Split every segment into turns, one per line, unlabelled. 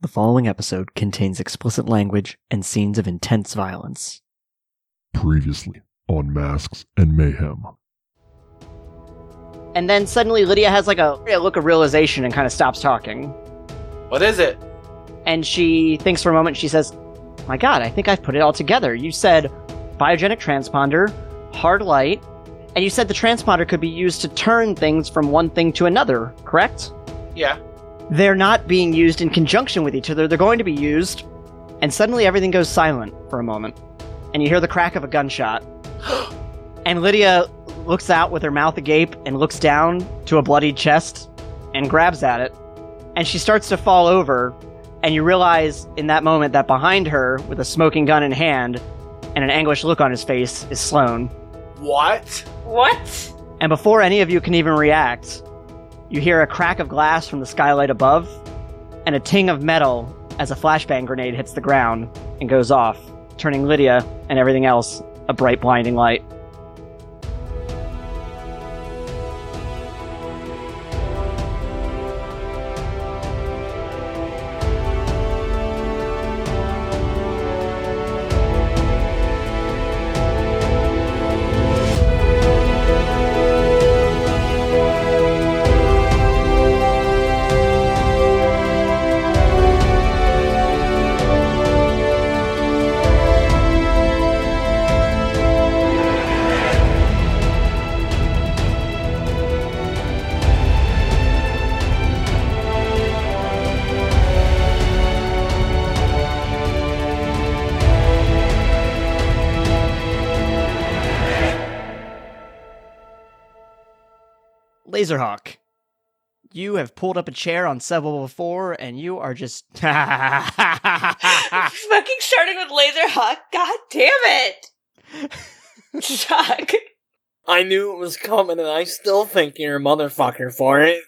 The following episode contains explicit language and scenes of intense violence.
Previously on Masks and Mayhem.
And then suddenly Lydia has like a, a look of realization and kind of stops talking.
What is it?
And she thinks for a moment, she says, My god, I think I've put it all together. You said biogenic transponder, hard light, and you said the transponder could be used to turn things from one thing to another, correct?
Yeah.
They're not being used in conjunction with each other, they're going to be used. And suddenly everything goes silent for a moment. And you hear the crack of a gunshot. and Lydia looks out with her mouth agape and looks down to a bloodied chest and grabs at it. And she starts to fall over. And you realize in that moment that behind her, with a smoking gun in hand and an anguished look on his face, is Sloane.
What?
What?
And before any of you can even react, you hear a crack of glass from the skylight above and a ting of metal as a flashbang grenade hits the ground and goes off, turning Lydia and everything else a bright, blinding light. Laserhawk, you have pulled up a chair on Seville before, and you are just. Chuck.
Fucking starting with Laserhawk. God damn it. Chuck.
I knew it was coming, and I still think you're a motherfucker for it.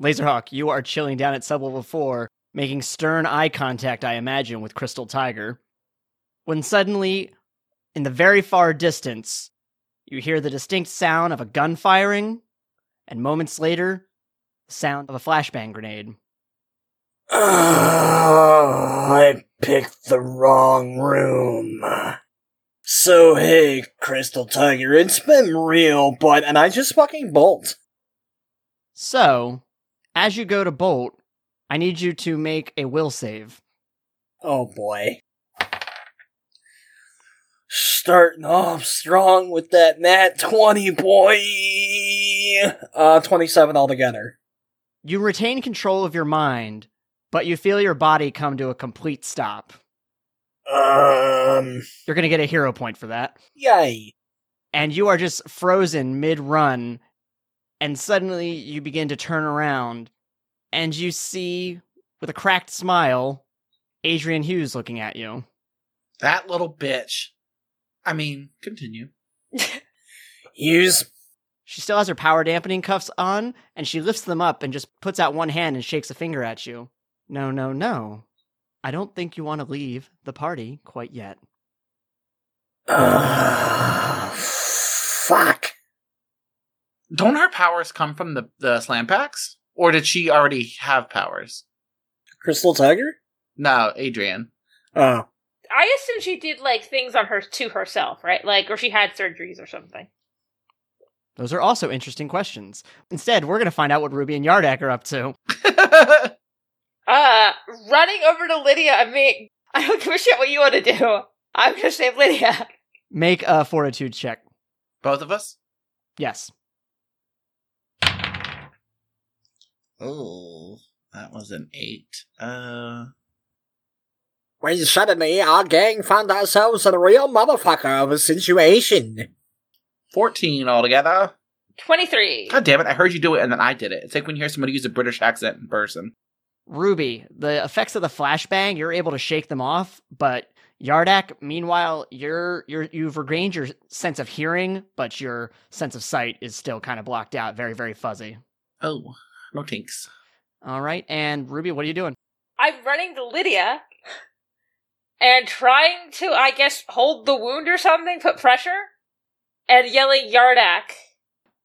Laserhawk, you are chilling down at sub-level 4, making stern eye contact, I imagine, with Crystal Tiger. When suddenly, in the very far distance, you hear the distinct sound of a gun firing, and moments later, the sound of a flashbang grenade.
Ah, I picked the wrong room. So hey, Crystal Tiger, it's been real, but and I just fucking bolt.
So, as you go to bolt, I need you to make a will save.
Oh boy. Starting off strong with that nat 20, boy! Uh, 27 altogether.
You retain control of your mind, but you feel your body come to a complete stop.
Um,
You're going to get a hero point for that.
yay.
and you are just frozen mid run and suddenly you begin to turn around and you see with a cracked smile Adrian Hughes looking at you.
That little bitch. I mean, continue.
Use
She still has her power dampening cuffs on and she lifts them up and just puts out one hand and shakes a finger at you. No, no, no. I don't think you want to leave the party quite yet.
Ah, fuck.
Don't her powers come from the, the slam packs? Or did she already have powers?
Crystal Tiger?
No, Adrian.
Oh.
I assume she did like things on her to herself, right? Like, or she had surgeries or something.
Those are also interesting questions. Instead, we're going to find out what Ruby and Yardak are up to.
Uh, running over to Lydia. I mean, I don't give a shit what you want to do. I'm gonna save Lydia.
Make a fortitude check.
Both of us?
Yes.
Oh, that was an eight. Uh,
When suddenly our gang found ourselves in a real motherfucker of a situation.
14 altogether.
23.
God damn it, I heard you do it and then I did it. It's like when you hear somebody use a British accent in person.
Ruby, the effects of the flashbang, you're able to shake them off, but Yardak, meanwhile, you're you're you've regained your sense of hearing, but your sense of sight is still kind of blocked out, very very fuzzy.
Oh, no tinks.
All right, and Ruby, what are you doing?
I'm running to Lydia and trying to, I guess, hold the wound or something, put pressure, and yelling Yardak.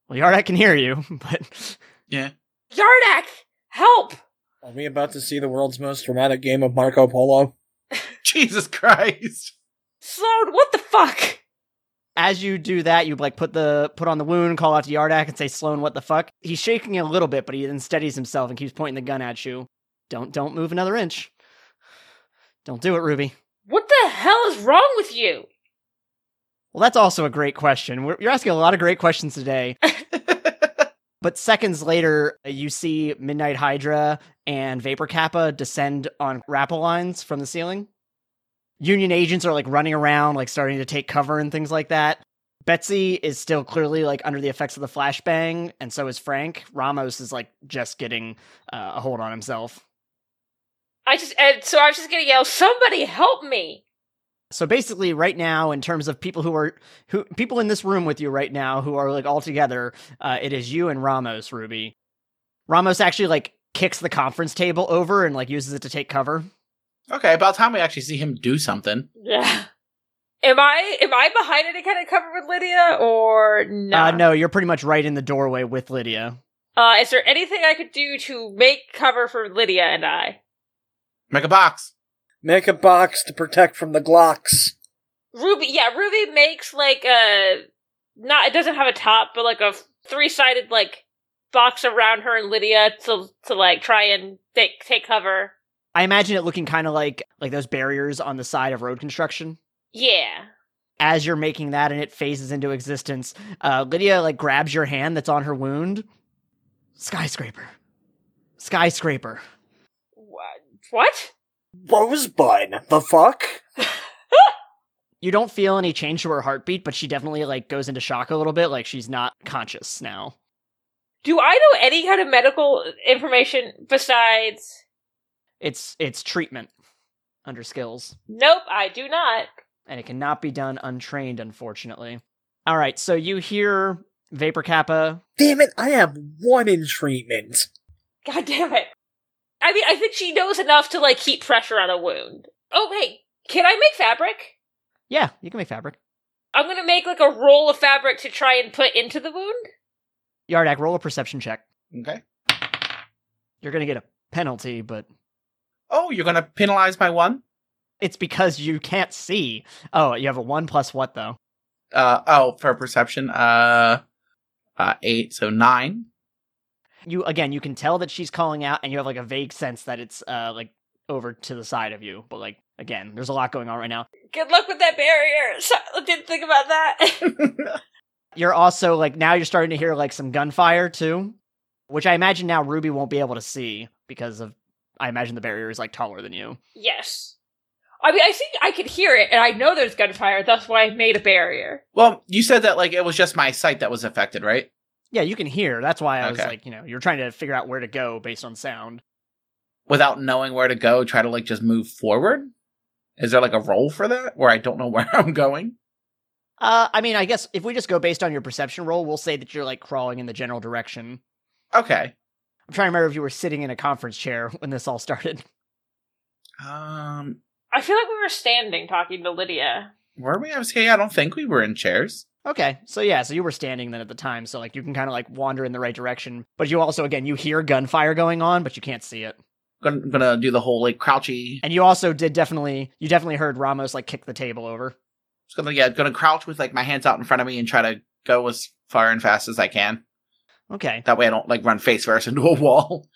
Well, Yardak can hear you, but
Yeah.
Yardak, help!
Are we about to see the world's most dramatic game of Marco Polo?
Jesus Christ.
Slode, what the fuck?
As you do that, you like put the put on the wound, call out to Yardak, and say, "Sloan, what the fuck?" He's shaking a little bit, but he then steadies himself and keeps pointing the gun at you. Don't don't move another inch. Don't do it, Ruby.
What the hell is wrong with you?
Well, that's also a great question. We're, you're asking a lot of great questions today. but seconds later, you see Midnight Hydra and Vapor Kappa descend on grapple lines from the ceiling. Union agents are like running around, like starting to take cover and things like that. Betsy is still clearly like under the effects of the flashbang, and so is Frank. Ramos is like just getting uh, a hold on himself.
I just and so I was just gonna yell, somebody help me.
So basically, right now, in terms of people who are who people in this room with you right now who are like all together, uh, it is you and Ramos, Ruby. Ramos actually like kicks the conference table over and like uses it to take cover.
Okay, about time we actually see him do something.
Yeah. Am I am I behind any kind of cover with Lydia or no?
Uh, no, you're pretty much right in the doorway with Lydia.
Uh, is there anything I could do to make cover for Lydia and I?
Make a box.
Make a box to protect from the Glocks.
Ruby, yeah, Ruby makes like a not it doesn't have a top, but like a three sided like box around her and Lydia to to like try and take take cover.
I imagine it looking kind of like like those barriers on the side of road construction.
Yeah.
As you're making that and it phases into existence, uh, Lydia like grabs your hand that's on her wound. Skyscraper, skyscraper.
Wh- What?
Rosebud, the fuck?
you don't feel any change to her heartbeat, but she definitely like goes into shock a little bit, like she's not conscious now.
Do I know any kind of medical information besides?
It's it's treatment under skills,
Nope, I do not.
and it cannot be done untrained, unfortunately. All right, so you hear Vapor Kappa.
Damn it, I have one in treatment.
God damn it. I mean, I think she knows enough to like keep pressure on a wound. Oh hey, can I make fabric?
Yeah, you can make fabric.
I'm gonna make like a roll of fabric to try and put into the wound.
Yardak, roll a perception check.
Okay.
You're gonna get a penalty, but
Oh, you're gonna penalize my one?
it's because you can't see. Oh, you have a one plus what though?
Uh oh, for perception. Uh uh eight, so nine.
You again, you can tell that she's calling out, and you have like a vague sense that it's uh like over to the side of you. But like again, there's a lot going on right now.
Good luck with that barrier. So- I didn't think about that.
You're also like now you're starting to hear like some gunfire too, which I imagine now Ruby won't be able to see because of I imagine the barrier is like taller than you.
yes. I mean, I think I could hear it, and I know there's gunfire. That's why I made a barrier.
well, you said that like it was just my sight that was affected, right?
Yeah, you can hear. That's why I was
Okay.
like, you know, you're trying to figure out where to go based on sound.
Without knowing where to go, try to like just move forward? Is there like a role for that where I don't know where I'm going?
Uh, I mean, I guess if we just go based on your perception roll, we'll say that you're like crawling in the general direction.
Okay.
I'm trying to remember if you were sitting in a conference chair when this all started.
Um
I feel like we were standing talking to Lydia.
were we? I was saying I don't think we were in chairs.
Okay, so yeah, so you were standing then at the time, so like you can kind of like wander in the right direction, but you also again you hear gunfire going on, but you can't see it.
Gonna, gonna do the whole like crouchy.
And you also did definitely you definitely heard Ramos like kick the table over.
Just gonna yeah, gonna crouch with like my hands out in front of me and try to go as far and fast as I can.
Okay.
That way I don't like run face first into a wall.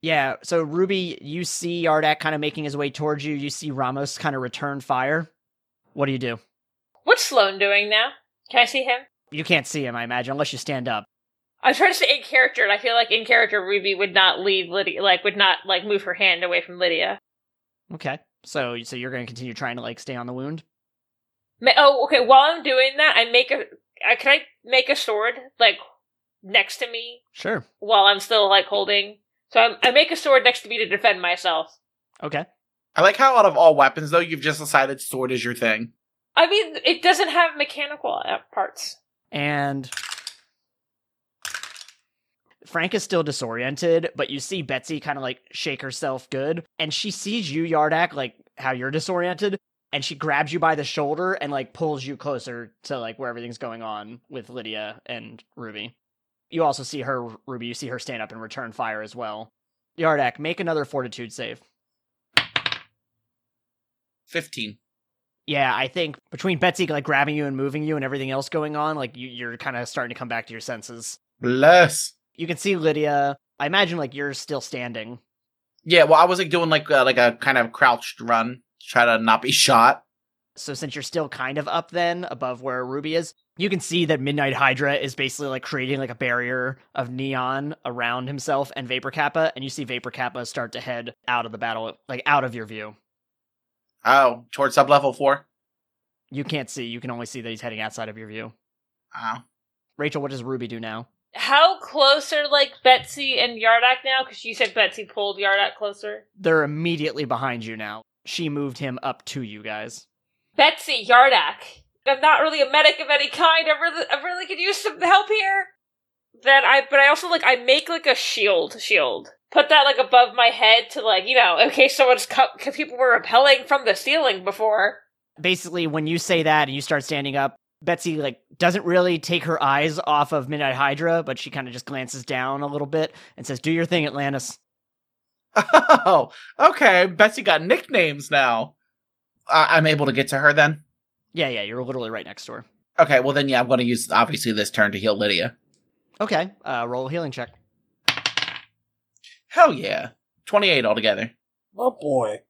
Yeah, so Ruby, you see Yardak kind of making his way towards you. You see Ramos kind of return fire. What do you do?
What's Sloan doing now? Can I see him?
You can't see him, I imagine, unless you stand up.
I'm trying to stay in character, and I feel like in character Ruby would not leave Lydia, like would not like move her hand away from Lydia.
Okay. So so you're going to continue trying to like stay on the wound?
Ma- oh, okay. While I'm doing that, I make a. I, can I make a sword like next to me
Sure.
while I'm still like holding? So I'm, I make a sword next to me to defend myself.
Okay.
I like how out of all weapons though, you've just decided sword is your thing.
I mean, it doesn't have mechanical uh, parts.
and Frank is still disoriented, but you see Betsy kind of like shake herself good, and she sees you, Yardak, like how you're disoriented, and she grabs you by the shoulder and like pulls you closer to like where everything's going on with Lydia and Ruby. You also see her, Ruby, you see her stand up and return fire as well. Yardak, make another fortitude save.
15.
Yeah, I think between Betsy like grabbing you and moving you and everything else going on, like you, you're kind of starting to come back to your senses.
Bless.
You can see Lydia. I imagine like you're still standing.
Yeah, well, I was like doing like uh, like a kind of crouched run to try to not be shot.
So since you're still kind of up then above where Ruby is, you can see that Midnight Hydra is basically like creating like a barrier of neon around himself and Vapor Kappa, and you see Vapor Kappa start to head out of the battle, like out of your view.
Oh, towards sub level four.
You can't see. You can only see that he's heading outside of your view.
Oh.
Rachel, what does Ruby do now?
How close are like Betsy and Yardak now? Because you said Betsy pulled Yardak closer.
They're immediately behind you now. She moved him up to you guys.
Betsy Yardak. I'm not really a medic of any kind. I really, I really could use some help here. Then I, but I also like I make like a shield, shield. Put that like above my head to like you know in case someone's co- cause people were repelling from the ceiling before.
Basically, when you say that and you start standing up, Betsy like doesn't really take her eyes off of Midnight Hydra, but she kind of just glances down a little bit and says, "Do your thing, Atlantis."
Oh, okay. Betsy got nicknames now. I- I'm able to get to her then.
Yeah, yeah, you're literally right next to her.
Okay, well then, yeah, I'm going to use obviously this turn to heal Lydia.
Okay, uh, roll a healing check.
Hell yeah, 28 altogether.
Oh boy.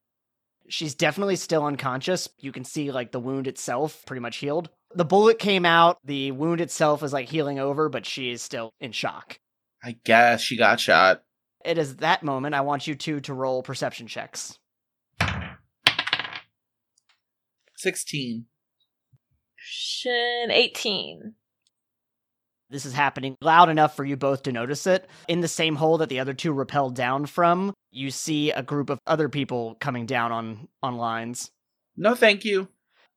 She's definitely still unconscious. You can see like the wound itself pretty much healed. The bullet came out, the wound itself is like healing over, but she is still in shock.
I guess she got shot.
It is that moment I want you two to roll perception checks.
16.
Shin eighteen.
This is happening loud enough for you both to notice it. In the same hole that the other two rappelled down from, you see a group of other people coming down on on lines.
No, thank you.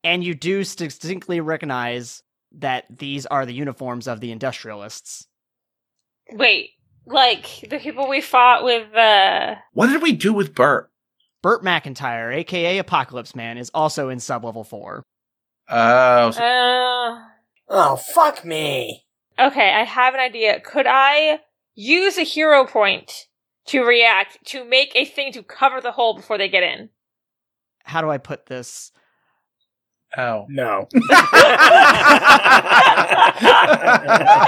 And you do distinctly recognize that these are the uniforms of the industrialists.
Wait, like the people we fought with. uh
What did we do with Bert?
Burt McIntyre, aka Apocalypse Man, is also in sublevel four.
Oh, so-
uh,
Oh fuck me.
Okay, I have an idea. Could I use a hero point to react to make a thing to cover the hole before they get in?
How do I put this?
oh.
No.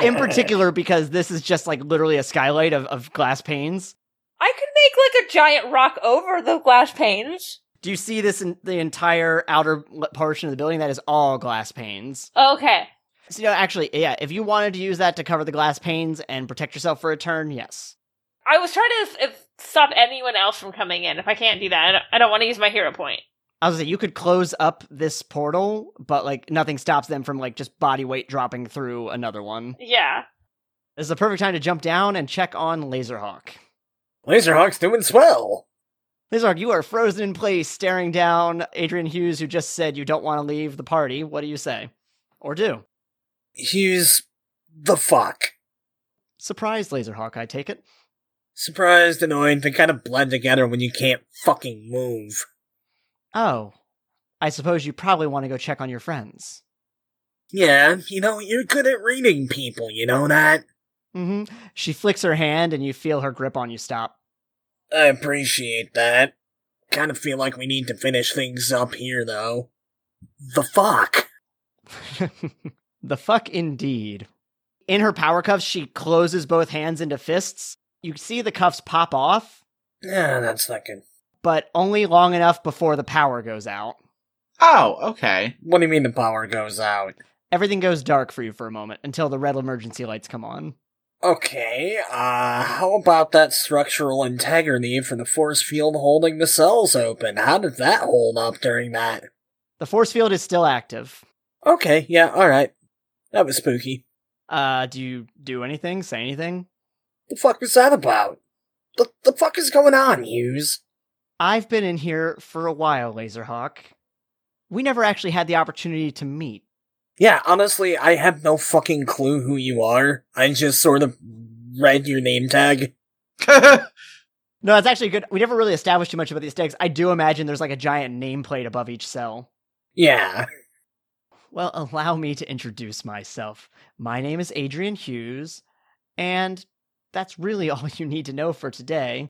In particular, because this is just like literally a skylight of, of glass panes.
I could make like a giant rock over the glass panes.
Do you see this in the entire outer l- portion of the building? That is all glass panes.
Okay.
So, you know, actually, yeah, if you wanted to use that to cover the glass panes and protect yourself for a turn, yes.
I was trying to if, stop anyone else from coming in. If I can't do that, I don't, I don't want to use my hero point.
I was gonna say you could close up this portal, but like nothing stops them from like just body weight dropping through another one.
Yeah.
This is the perfect time to jump down and check on Laserhawk.
Laserhawk's doing swell.
Lizard, you are frozen in place, staring down Adrian Hughes, who just said you don't want to leave the party. What do you say? Or do?
Hughes the fuck.
Surprise, Laserhawk, I take it.
Surprised, annoyed, they kind of blend together when you can't fucking move.
Oh, I suppose you probably want to go check on your friends.
Yeah, you know, you're good at reading people, you know that?
Mm hmm. She flicks her hand, and you feel her grip on you stop.
I appreciate that. Kind of feel like we need to finish things up here, though. The fuck?
the fuck indeed. In her power cuffs, she closes both hands into fists. You see the cuffs pop off,
Yeah, that's not good.
but only long enough before the power goes out.
oh, okay.
What do you mean the power goes out?
Everything goes dark for you for a moment until the red emergency lights come on.
Okay, uh, how about that structural integrity for the force field holding the cells open? How did that hold up during that?
The force field is still active.
Okay, yeah, alright. That was spooky.
Uh, do you do anything? Say anything?
The fuck was that about? The, the fuck is going on, Hughes?
I've been in here for a while, Laserhawk. We never actually had the opportunity to meet.
Yeah, honestly, I have no fucking clue who you are. I just sort of read your name tag.
No, that's actually good. We never really established too much about these tags. I do imagine there's like a giant nameplate above each cell.
Yeah.
Well, allow me to introduce myself. My name is Adrian Hughes, and that's really all you need to know for today.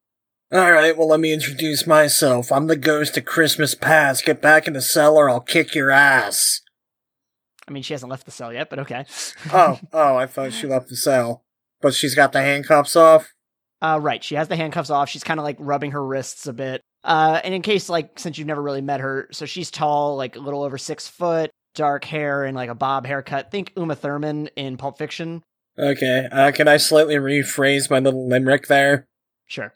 Alright, well, let me introduce myself. I'm the ghost of Christmas past. Get back in the cell or I'll kick your ass.
I mean, she hasn't left the cell yet, but okay.
Oh, oh, I thought she left the cell. But she's got the handcuffs off.
Uh, right. She has the handcuffs off. She's kind of like rubbing her wrists a bit. Uh, and in case, like, since you've never really met her, so she's tall, like a little over six foot, dark hair, and like a bob haircut. Think Uma Thurman in Pulp Fiction.
Okay, uh, can I slightly rephrase my little limerick there?
Sure.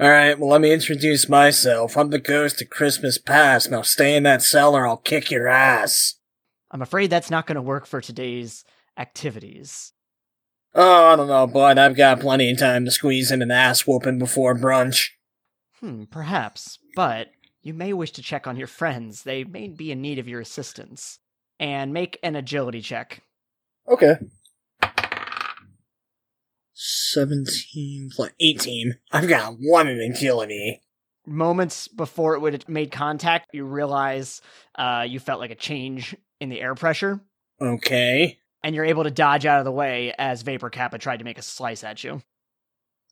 Alright, well, let me introduce myself. I'm the ghost of Christmas past. Now stay in that cell or I'll kick your ass.
I'm afraid that's not going to work for today's activities.
Oh, I don't know, bud. I've got plenty of time to squeeze in an ass whooping before brunch.
Hmm, perhaps, but you may wish to check on your friends. They may be in need of your assistance. And make an agility check.
Okay. 17 plus 18. I've got one in agility.
Moments before it would have made contact, you realize uh, you felt like a change in the air pressure.
Okay.
and you're able to dodge out of the way as Vapor Kappa tried to make a slice at you.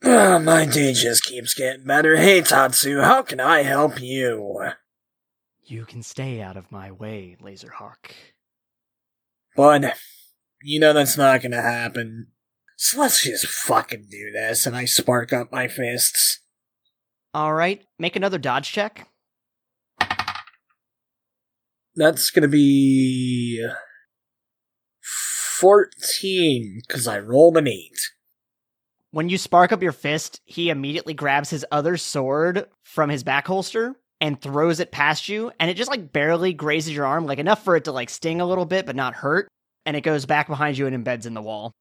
Ah, my day just keeps getting better. Hey, Tatsu, how can I help you?
You can stay out of my way, Laserhawk.
Bud, you know that's not gonna happen. So let's just fucking do this. And I spark up my fists.
All right, make another dodge check.
That's gonna be. 14, because I rolled an 8.
When you spark up your fist, he immediately grabs his other sword from his back holster and throws it past you, and it just like barely grazes your arm, like enough for it to like sting a little bit but not hurt, and it goes back behind you and embeds in the wall.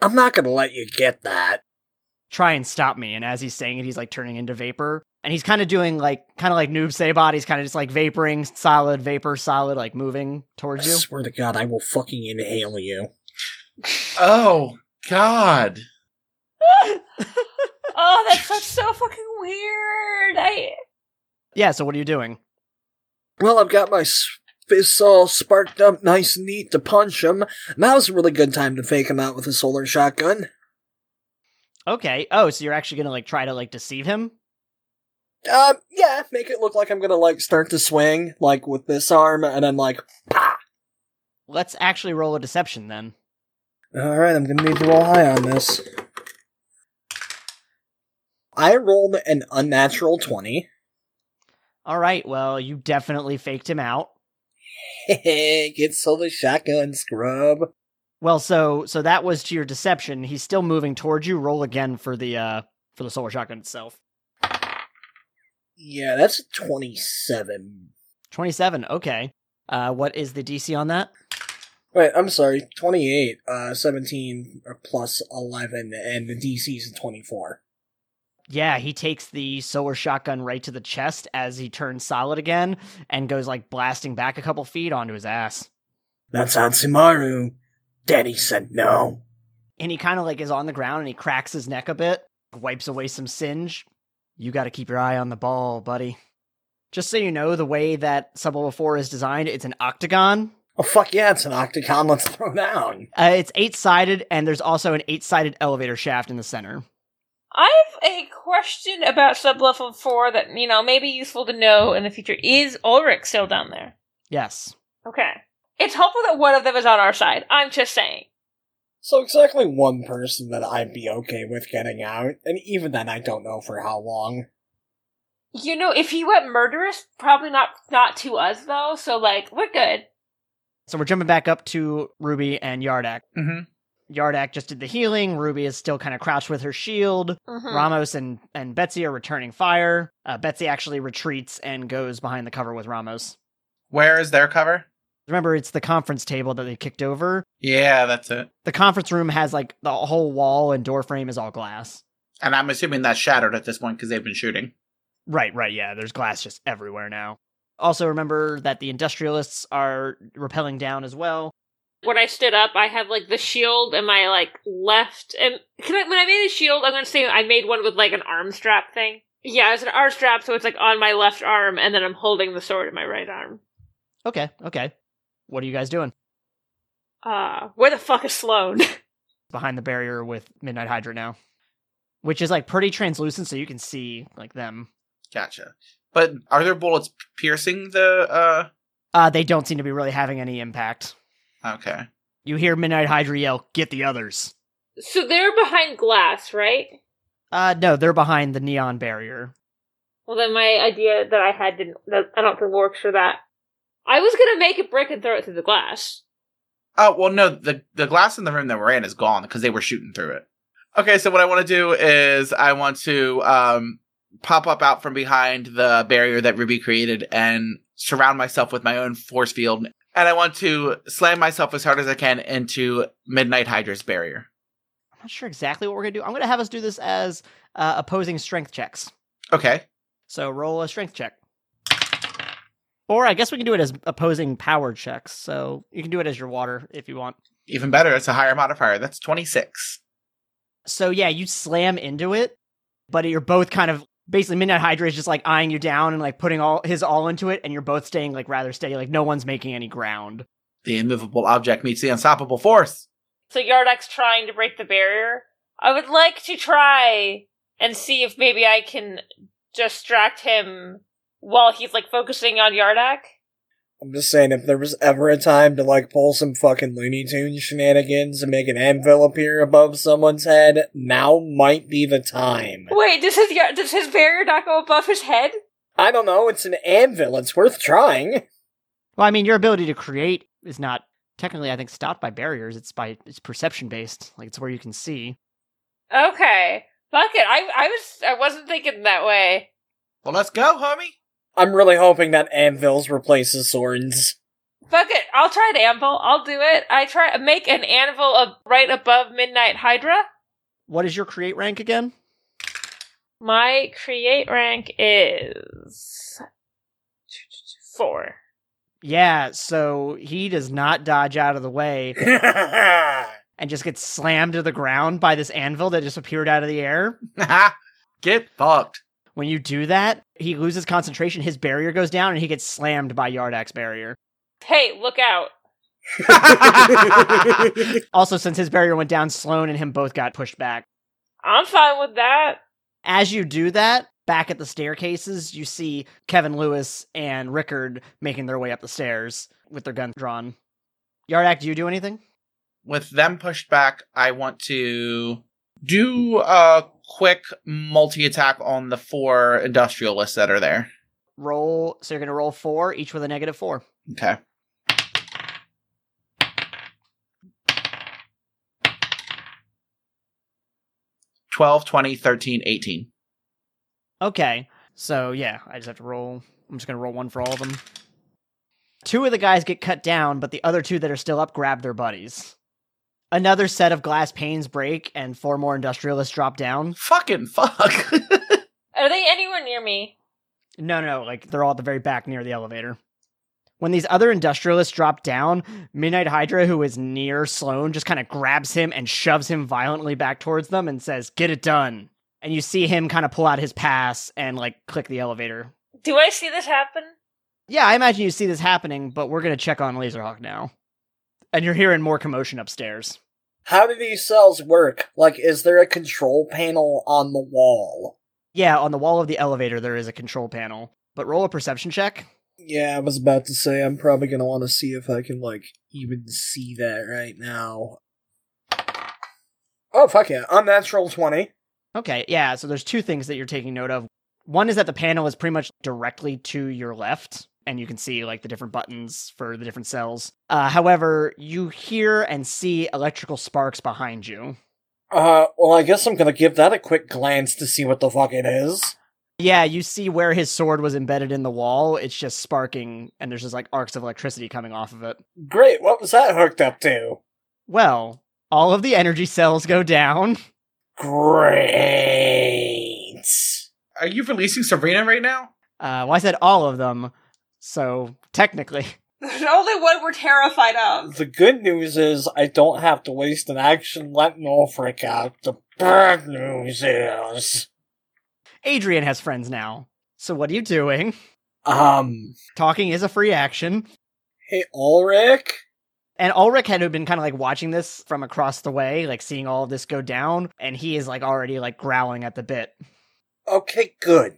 I'm not gonna let you get that.
Try and stop me, and as he's saying it, he's like turning into vapor. And he's kind of doing like kind of like noob Saibot. He's kind of just like vaporing, solid vapor, solid, like moving
I
towards you.
swear to God, I will fucking inhale you.
Oh God.
oh, that's that's so fucking weird. I
Yeah, so what are you doing?
Well, I've got my s- fists all sparked up nice and neat to punch him. Now's a really good time to fake him out with a solar shotgun.
Okay. Oh, so you're actually gonna like try to like deceive him?
Um, yeah, make it look like I'm gonna, like, start to swing, like, with this arm, and then, like, pa!
Let's actually roll a deception then.
Alright, I'm gonna need to roll high on this. I rolled an unnatural 20.
All right. Well, you definitely faked him out.
Get solar shotgun, scrub.
Well, so so that was to your deception. He's still moving towards you. Roll again for the uh for the solar shotgun itself.
Yeah, that's a 27.
Twenty-seven. Okay. Uh, what is the DC on that?
Wait, I'm sorry, 28, uh, 17 or plus 11, and the DC's a 24.
Yeah, he takes the solar shotgun right to the chest as he turns solid again and goes like blasting back a couple feet onto his ass.
That's Atsumaru. Daddy said no.
and he kind of like is on the ground and he cracks his neck a bit, wipes away some singe. You got to keep your eye on the ball, buddy. Just so you know, the way that Sub-Level 4 is designed, it's an octagon.
Oh, fuck yeah, it's an octagon, let's throw down.
Uh, it's eight sided, and there's also an eight sided elevator shaft in the center.
I have a question about sub level four that you know may be useful to know in the future. Is Ulrich still down there?
Yes.
Okay. It's helpful that one of them is on our side. I'm just saying.
So exactly one person that I'd be okay with getting out, and even then I don't know for how long.
You know, if he went murderous, probably not not to us though. So like, we're good.
So we're jumping back up to Ruby and Yardak.
Mm-hmm.
Yardak just did the healing. Ruby is still kind of crouched with her shield.
Mhm.
Ramos and, and Betsy are returning fire. Uh, Betsy actually retreats and goes behind the cover with Ramos.
Where is their cover?
Remember, it's the conference table that they kicked over.
Yeah, that's it.
The conference room has like the whole wall and door frame is all glass.
And I'm assuming that's shattered at this point because they've been shooting.
Right, right, yeah. There's glass just everywhere now. Also, remember that the industrialists are rappelling down as well.
when I stood up, I had like the shield and my like left and can I, when I made a shield, I'm gonna say I made one with like an arm strap thing. Yeah, it's an arm strap, so it's like on my left arm, and then I'm holding the sword in my right arm.
Okay, okay. What are you guys doing?
Uh, where the fuck is Sloane?
Behind the barrier with Midnight Hydra now. which is like pretty translucent, so you can see like them.
Gotcha. But are there bullets piercing the?
Uh, they don't seem to be really having any impact.
uh Okay.
You hear Midnight Hydra yell, "Get the others!"
So they're behind glass, right?
Uh, no, they're behind the neon barrier.
Well, then my idea that I had didn't. That I don't think works for that. I was gonna make a brick and throw it through the glass.
Oh well, no. The the glass in the room that we're in is gone because they were shooting through it. Okay, so what I want to do is I want to um pop up out from behind the barrier that Ruby created and surround myself with my own force field, and I want to slam myself as hard as I can into Midnight Hydra's barrier.
I'm not sure exactly what we're gonna do. I'm gonna have us do this as uh, opposing strength checks.
Okay.
So roll a strength check, or I guess we can do it as opposing power checks. So you can do it as your water if you want.
Even better, it's a higher modifier. That's 26.
So yeah, you slam into it, but you're both kind of basically Midnight Hydra is just like eyeing you down and like putting all his all into it, and you're both staying like rather steady, like no one's making any ground.
The immovable object meets the unstoppable force.
So Yardak's trying to break the barrier. I would like to try and see if maybe I can distract him while he's like focusing on Yardak.
I'm just saying, if there was ever a time to like pull some fucking Looney Tunes shenanigans and make an anvil appear above someone's head, now might be the time.
Wait, does his Yar- does his barrier not go above his head?
I don't know, it's an anvil, it's worth trying.
Well, I mean, your ability to create is not technically, I think, stopped by barriers. It's by it's perception based. Like it's where you can see.
Okay, fuck it. I I was I wasn't thinking that way.
Well, let's go, homie.
I'm really hoping that anvils replaces swords.
Fuck it. I'll try an anvil. I'll do it. I try make an anvil of right above Midnight Hydra.
What is your create rank again?
My create rank is four.
Yeah, so he does not dodge out of the way
That's
and just gets slammed to the ground by this anvil that just appeared out of the air.
Get fucked.
When you do that, he loses concentration, his barrier goes down, and he gets slammed by Yardak's barrier.
Hey, look out!
Also, since his barrier went down, Sloan and him both got pushed back.
I'm fine with that.
As you do that, back at the staircases, you see Kevin Lewis and Rickard making their way up the stairs with their gun drawn. Yardak, do you do anything?
With them pushed back, I want to do a quick multi attack on the four industrialists that are there.
Roll. So you're going to roll four, each with a negative four.
Okay. Twelve, twenty, thirteen, eighteen.
Okay. So yeah, I just have to roll. I'm just going to roll one for all of them. Two of the guys get cut down, but the other two that are still up grab their buddies. Another set of glass panes break, and four more industrialists drop down.
Fucking fuck.
Are they anywhere near me?
No, no, like they're all at the very back near the elevator. When these other industrialists drop down, Midnight Hydra, who is near Sloan, just kind of grabs him and shoves him violently back towards them and says, Get it done. And you see him kind of pull out his pass and like click the elevator.
Do I see this happen?
Yeah, I imagine you see this happening, but we're going to check on Laserhawk now. And you're hearing more commotion upstairs.
How do these cells work? Like, is there a control panel on the wall?
Yeah, on the wall of the elevator, there is a control panel, but roll a perception check.
Yeah, I was about to say, I'm probably gonna want to see if I can, like, even see that right now. Oh, fuck yeah. Unnatural 20.
Okay, yeah, so there's two things that you're taking note of. One is that the panel is pretty much directly to your left, and you can see like the different buttons for the different cells. Uh, however, you hear and see electrical sparks behind you.
Uh, well, I guess I'm gonna give that a quick glance to see what the fuck it is.
Yeah, you see where his sword was embedded in the wall. It's just sparking, and there's just like arcs of electricity coming off of it.
Great, what was that hooked up to?
Well, all of the energy cells go down.
Great.
are you releasing Sabrina right now?
Uh, well, I said all of them, so technically.
There's only one we're terrified of.
The good news is I don't have to waste an action letting all freak out. The bad news is.
Adrian has friends now. So what are you doing?
Um,
Talking is a free action.
hey, Ulrich?
And Ulrich had been kind of like watching this from across the way, like seeing all of this go down, and he is like already like growling at the bit.
Okay, good.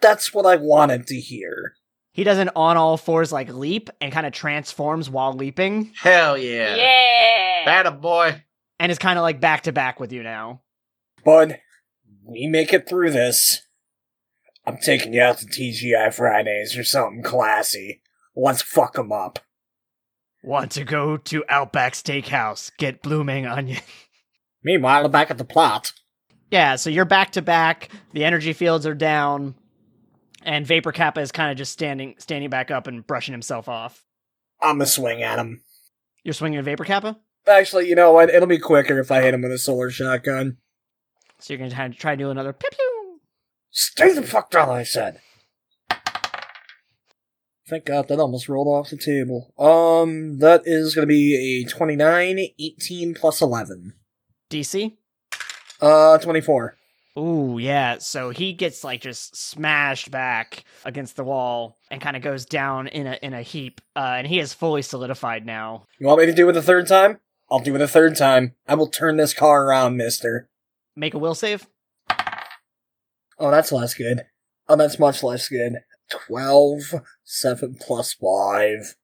That's what I wanted to hear.
He does an on all fours like leap and kind of transforms while leaping
Hell yeah.
Yeah.
That a boy.
and is kind of like back to back with you now.
Bud, we make it through this. I'm taking you out to TGI Fridays or something classy. Let's fuck 'em up.
Want to go to Outback Steakhouse, get blooming onion.
Meanwhile, back at the plot.
Yeah, so you're back to back, the energy fields are down, and Vapor Kappa is kind of just standing standing back up and brushing himself off.
I'm gonna swing at him.
You're swinging at Vapor Kappa?
Actually, you know what? It'll be quicker if I hit him with a solar shotgun.
So you're going to try to do another pew pew.
Stay the fuck down, I said. Thank God that almost rolled off the table. Um, that is gonna be a 29, 18 plus 11.
DC?
Uh, 24.
Ooh, yeah. So he gets like just smashed back against the wall and kind of goes down in a in a heap. Uh, and he is fully solidified now.
You want me to do it a third time? I'll do it a third time. I will turn this car around, mister.
Make a will save.
Oh, that's less good. Oh, that's much less good. 12, 7 plus 5.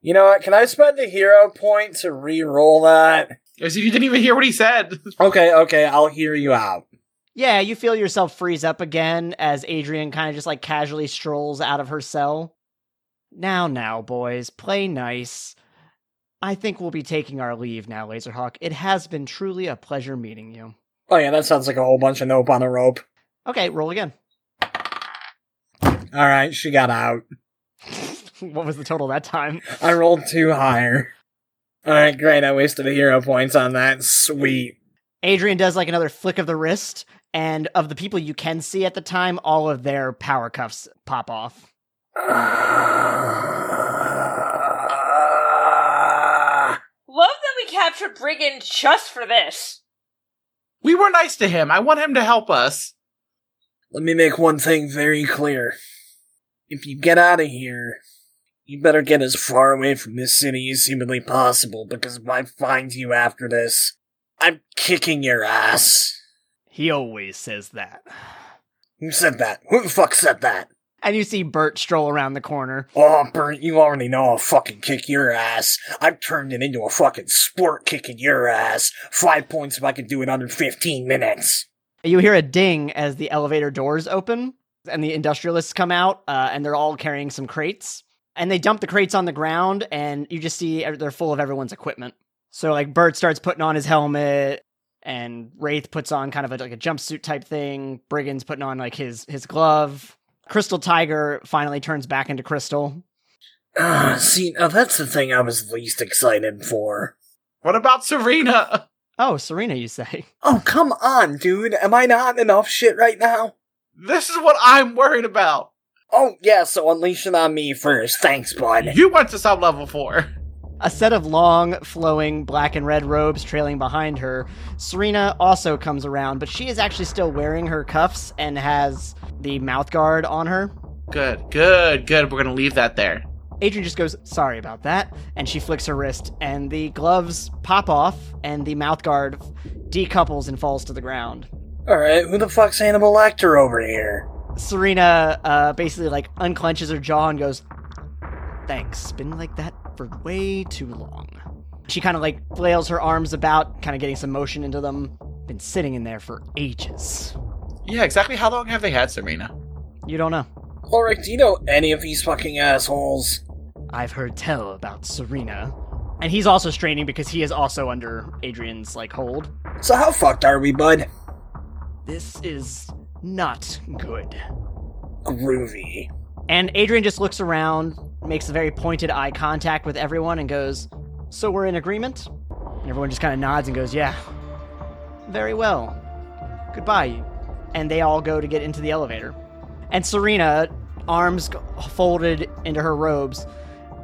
You know what? Can I spend a hero point to re roll that?
As if you didn't even hear what he said.
Okay, okay, I'll hear you out.
Yeah, you feel yourself freeze up again as Adrian kind of just like casually strolls out of her cell. Now, now, boys, play nice. I think we'll be taking our leave now, Laserhawk. It has been truly a pleasure meeting you.
Oh, yeah, that sounds like a whole bunch of nope on a rope.
Okay, roll again.
Alright, she got out.
what was the total that time?
I rolled two higher. Alright, great, I wasted the hero points on that. Sweet.
Adrian does like another flick of the wrist, and of the people you can see at the time, all of their power cuffs pop off.
Love that we captured Brigand just for this.
We were nice to him. I want him to help us.
Let me make one thing very clear. If you get out of here, you better get as far away from this city as humanly possible, because if I find you after this, I'm kicking your ass.
He always says that.
Who said that? Who the fuck said that?
And you see Bert stroll around the corner.
Oh, Bert, you already know I'll fucking kick your ass. I've turned it into a fucking sport kicking your ass. Five points if I can do it under 15 minutes.
You hear a ding as the elevator doors open, and the industrialists come out, uh, and they're all carrying some crates. And they dump the crates on the ground, and you just see ev- they're full of everyone's equipment. So, like, Bert starts putting on his helmet, and Wraith puts on kind of a, like a jumpsuit type thing. Brigand's putting on like his his glove. Crystal Tiger finally turns back into Crystal.
Ah, see, now that's the thing I was least excited for.
What about Serena?
Oh, Serena, you say?
Oh, come on, dude. Am I not enough shit right now?
This is what I'm worried about.
Oh, yeah, so unleash it on me first. Thanks, bud.
You went to sub level four.
A set of long, flowing black and red robes trailing behind her. Serena also comes around, but she is actually still wearing her cuffs and has the mouth guard on her.
Good, good, good. We're gonna leave that there.
Adrian just goes, Sorry about that. And she flicks her wrist, and the gloves pop off, and the mouth guard decouples and falls to the ground.
Alright, who the fuck's Hannibal Lecter over here?
Serena uh, basically like unclenches her jaw and goes, "Thanks, been like that for way too long." She kind of like flails her arms about, kind of getting some motion into them. Been sitting in there for ages.
Yeah, exactly. How long have they had Serena?
You don't know.
Ulrich, do you know any of these fucking assholes?
I've heard tell about Serena, and he's also straining because he is also under Adrian's like hold.
So how fucked are we, bud?
This is not good.
Groovy.
And Adrian just looks around, makes a very pointed eye contact with everyone, and goes, So we're in agreement? And everyone just kind of nods and goes, Yeah. Very well. Goodbye. And they all go to get into the elevator. And Serena, arms g- folded into her robes,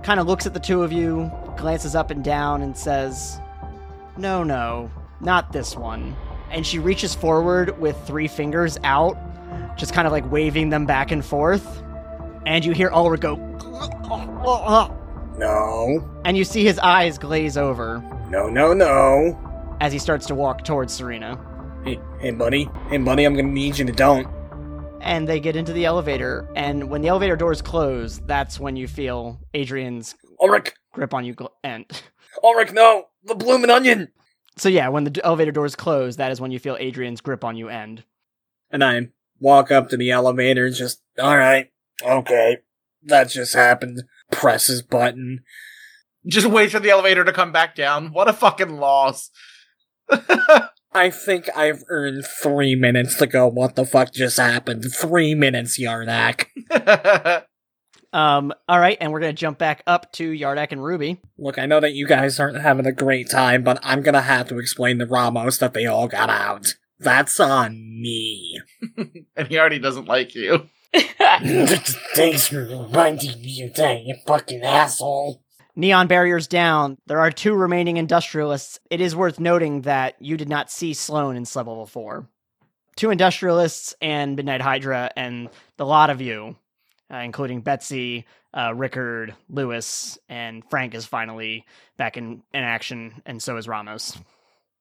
kind of looks at the two of you, glances up and down, and says, No, no, not this one. And she reaches forward with three fingers out, just kind of like waving them back and forth and you hear Ulrich go,
No.
And you see his eyes glaze over
No, no, no.
as he starts to walk towards Serena.
Hey, hey, buddy. Hey, buddy, I'm gonna need you to don't.
And they get into the elevator, and when the elevator doors close, that's when you feel Adrian's
Ulrich!
grip on you gl- end.
Ulrich, no! The bloomin' onion!
So yeah, when the d- elevator doors close, that is when you feel Adrian's grip on you end.
And I walk up to the elevator, just, alright, okay. That just happened. Press his button.
Just wait for the elevator to come back down. What a fucking loss.
I think I've earned three minutes to go, what the fuck just happened? Three minutes, Yardak.
Um, all right, and we're gonna jump back up to Yardak and Ruby.
Look, I know that you guys aren't having a great time, but I'm gonna have to explain to Ramos that they all got out. That's on me.
and he already doesn't like you.
Thanks for reminding me of that, you fucking asshole.
Neon barriers down. There are two remaining industrialists. It is worth noting that you did not see Sloan in sub level four. Two industrialists and Midnight Hydra, and the lot of you, uh, including Betsy, uh, Rickard, Lewis, and Frank is finally back in, in action, and so is Ramos.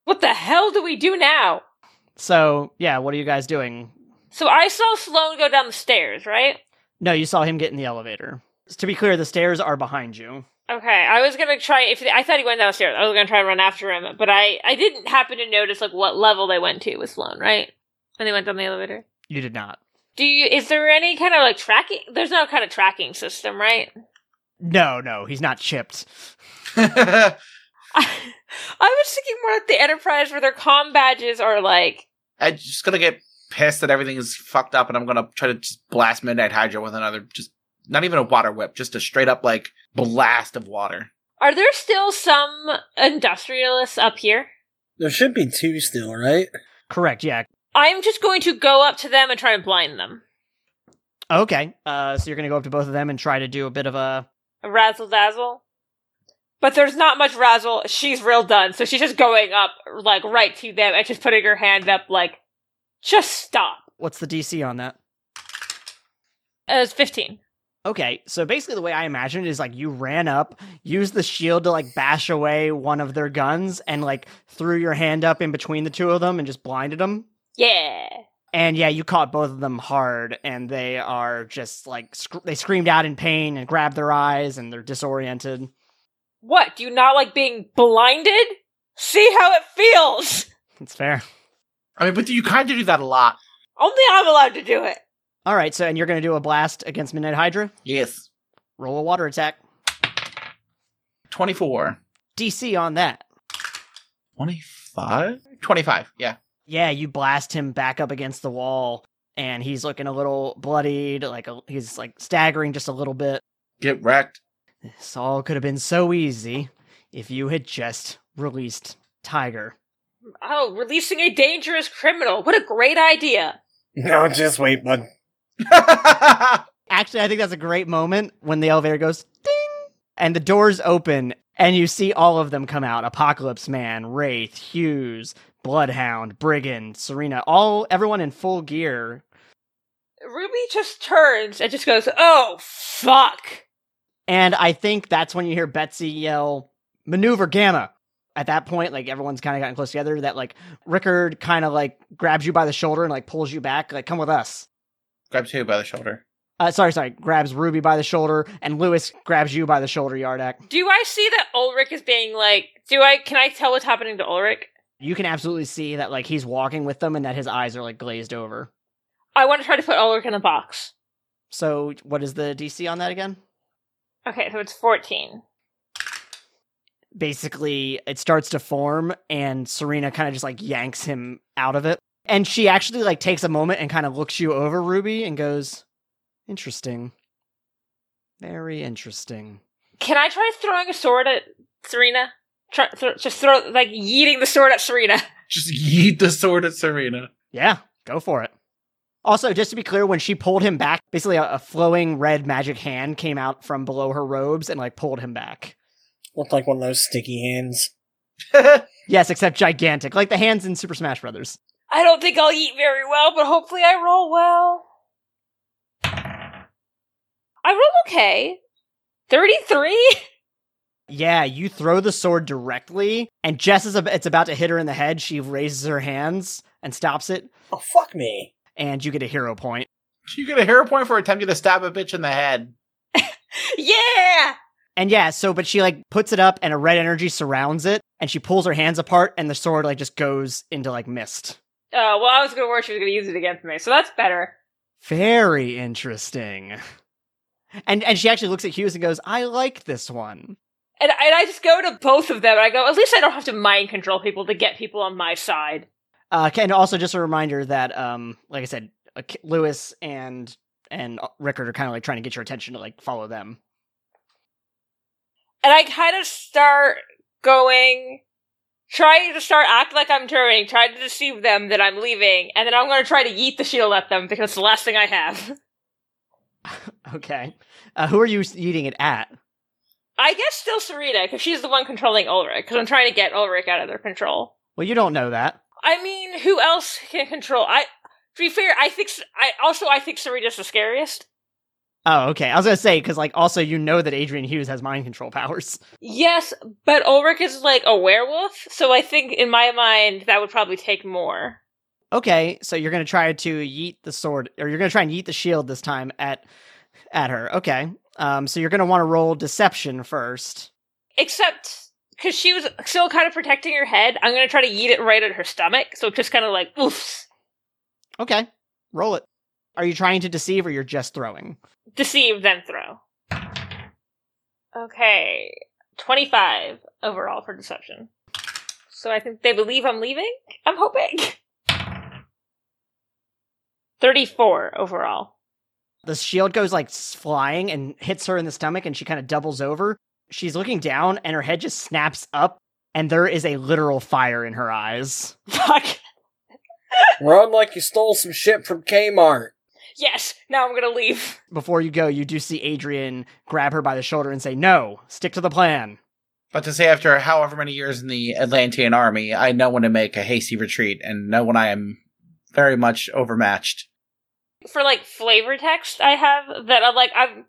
what the hell do we do now?
So, yeah, what are you guys doing?
So I saw Sloan go down the stairs, right?
No, you saw him get in the elevator. To be clear, the stairs are behind you.
Okay, I was gonna try. If I thought he went downstairs, I was gonna try and run after him, but I I didn't happen to notice like what level they went to with Sloan, right? When they went down the elevator.
You did not.
Do you? Is there any kind of like tracking? There's no kind of tracking system, right?
No, no, he's not chipped.
At
I, was thinking more like the Enterprise where their com badges are like.
I'm just gonna get pissed that everything is fucked up, and I'm gonna try to just blast Midnight Hydra with another, just not even a water whip, just a straight up like blast of water.
Are there still some industrialists up here?
There should be two still, right?
Correct, yeah.
I'm just going to go up to them and try and blind them.
Okay, uh, so you're going to go up to both of them and try to do a bit of a.
A razzle dazzle. But there's not much razzle. She's real done, so she's just going up like right to them and just putting her hand up like, just stop.
What's the DC on that?
It was 15.
Okay, so basically the way I imagine it is like you ran up, used the shield to like bash away one of their guns, and like threw your hand up in between the two of them and just blinded them.
Yeah.
And yeah, you caught both of them hard, and they are just like sc- they screamed out in pain and grabbed their eyes, and they're disoriented.
What? Do you not like being blinded? See how it feels.
It's fair.
I mean, but you kind of do that a lot.
Only I'm allowed to do it.
All right, so and you're going to do a blast against Midnight Hydra.
Yes,
Roll a water attack.
twenty four.
DC on that.
25? 25, yeah.
Yeah, you blast him back up against the wall, and he's looking a little bloodied. Like a, he's like staggering just a little bit.
Get wrecked.
This all could have been so easy if you had just released Tiger.
Oh, releasing a dangerous criminal. What a great idea.
No, just wait, bud.
Actually, I think that's a great moment when the elevator goes ding and the doors open and you see all of them come out. Apocalypse Man, Wraith, Hughes, Bloodhound, Brigand, Serena, all everyone in full gear.
Ruby just turns and just goes, oh, fuck.
And I think that's when you hear Betsy yell, maneuver gamma. At that point, like everyone's kind of gotten close together, that like Rickard kind of like grabs you by the shoulder and like pulls you back, like, come with us.
Grab two by the shoulder.
Uh, sorry, sorry. Grabs Ruby by the shoulder, and Lewis grabs you by the shoulder, Yardak.
Do I see that Ulrich is being like, do I, can I tell what's happening to Ulrich?
You can absolutely see that like he's walking with them, and that his eyes are like glazed over.
I want to try to put Ulrich in a box.
So, what is the DC on that again?
Okay, so it's 14.
Basically, it starts to form, and Serena kind of just like yanks him out of it, and she actually like takes a moment and kind of looks you over, Ruby, and goes, "Interesting, very interesting."
Can I try throwing a sword at Serena? Try, th- just throw, like, yeeting the sword at Serena.
Just yeet the sword at Serena.
Yeah, go for it. Also, just to be clear, when she pulled him back, basically a, a flowing red magic hand came out from below her robes and like pulled him back.
Looked like one of those sticky hands.
Yes, except gigantic, like the hands in Super Smash Brothers.
I don't think I'll eat very well, but hopefully I roll well. I roll okay. 33?
Yeah, you throw the sword directly, and Jess is ab- it's about to hit her in the head. She raises her hands and stops it,
Oh, fuck me.
and you get a hero point.
You get a hero point for attempting to stab a bitch in the head.
Yeah!
And yeah, so but she like puts it up, and a red energy surrounds it, and she pulls her hands apart, and the sword like just goes into like mist.
Oh, well, I was gonna worry she was gonna use it against me, so that's better.
Very interesting. And and she actually looks at Hughes and goes, "I like this one."
And, and I just go to both of them and I go, at least I don't have to mind control people to get people on my side.
Uh, and also just a reminder that, um, like I said, uh, K- Lewis and and uh, Rickard are kind of like trying to get your attention to like follow them.
And I kind of start going, trying to start act like I'm turning, trying to deceive them that I'm leaving, and then I'm gonna try to yeet the shield at them because it's the last thing I have.
Okay, uh, who are you s- eating it at?
I guess still Serena, because she's the one controlling Ulrich, because I'm trying to get Ulrich out of their control.
Well, you don't know that.
I mean, who else can control? I, to be fair, I think, S- I also, I think Serena's the scariest.
Oh, okay. I was gonna say because like also you know that Adrian Hughes has mind control powers.
Yes, but Ulrich is like a werewolf, so I think in my mind that would probably take more.
Okay, so you're gonna try to yeet the sword, or you're gonna try and yeet the shield this time at at her. Okay, um, so you're gonna want to roll deception first.
Except because she was still kind of protecting her head, I'm gonna try to yeet it right at her stomach, so it just kind of like oofs.
Okay, roll it. Are you trying to deceive, or you're just throwing?
Deceive, then throw. Okay, 25 overall for deception. So I think they believe I'm leaving? I'm hoping. 34 overall.
The shield goes like s- flying and hits her in the stomach, and she kind of doubles over. She's looking down, and her head just snaps up, and there is a literal fire in her eyes.
Fuck.
Run like you stole some shit from Kmart.
Yes, now I'm gonna leave.
Before you go, you do see Adrian grab her by the shoulder and say, No, stick to the plan.
But to say after however many years in the Atlantean army, I know when to make a hasty retreat and know when I am very much overmatched.
For like flavor text I have that I'm like I'm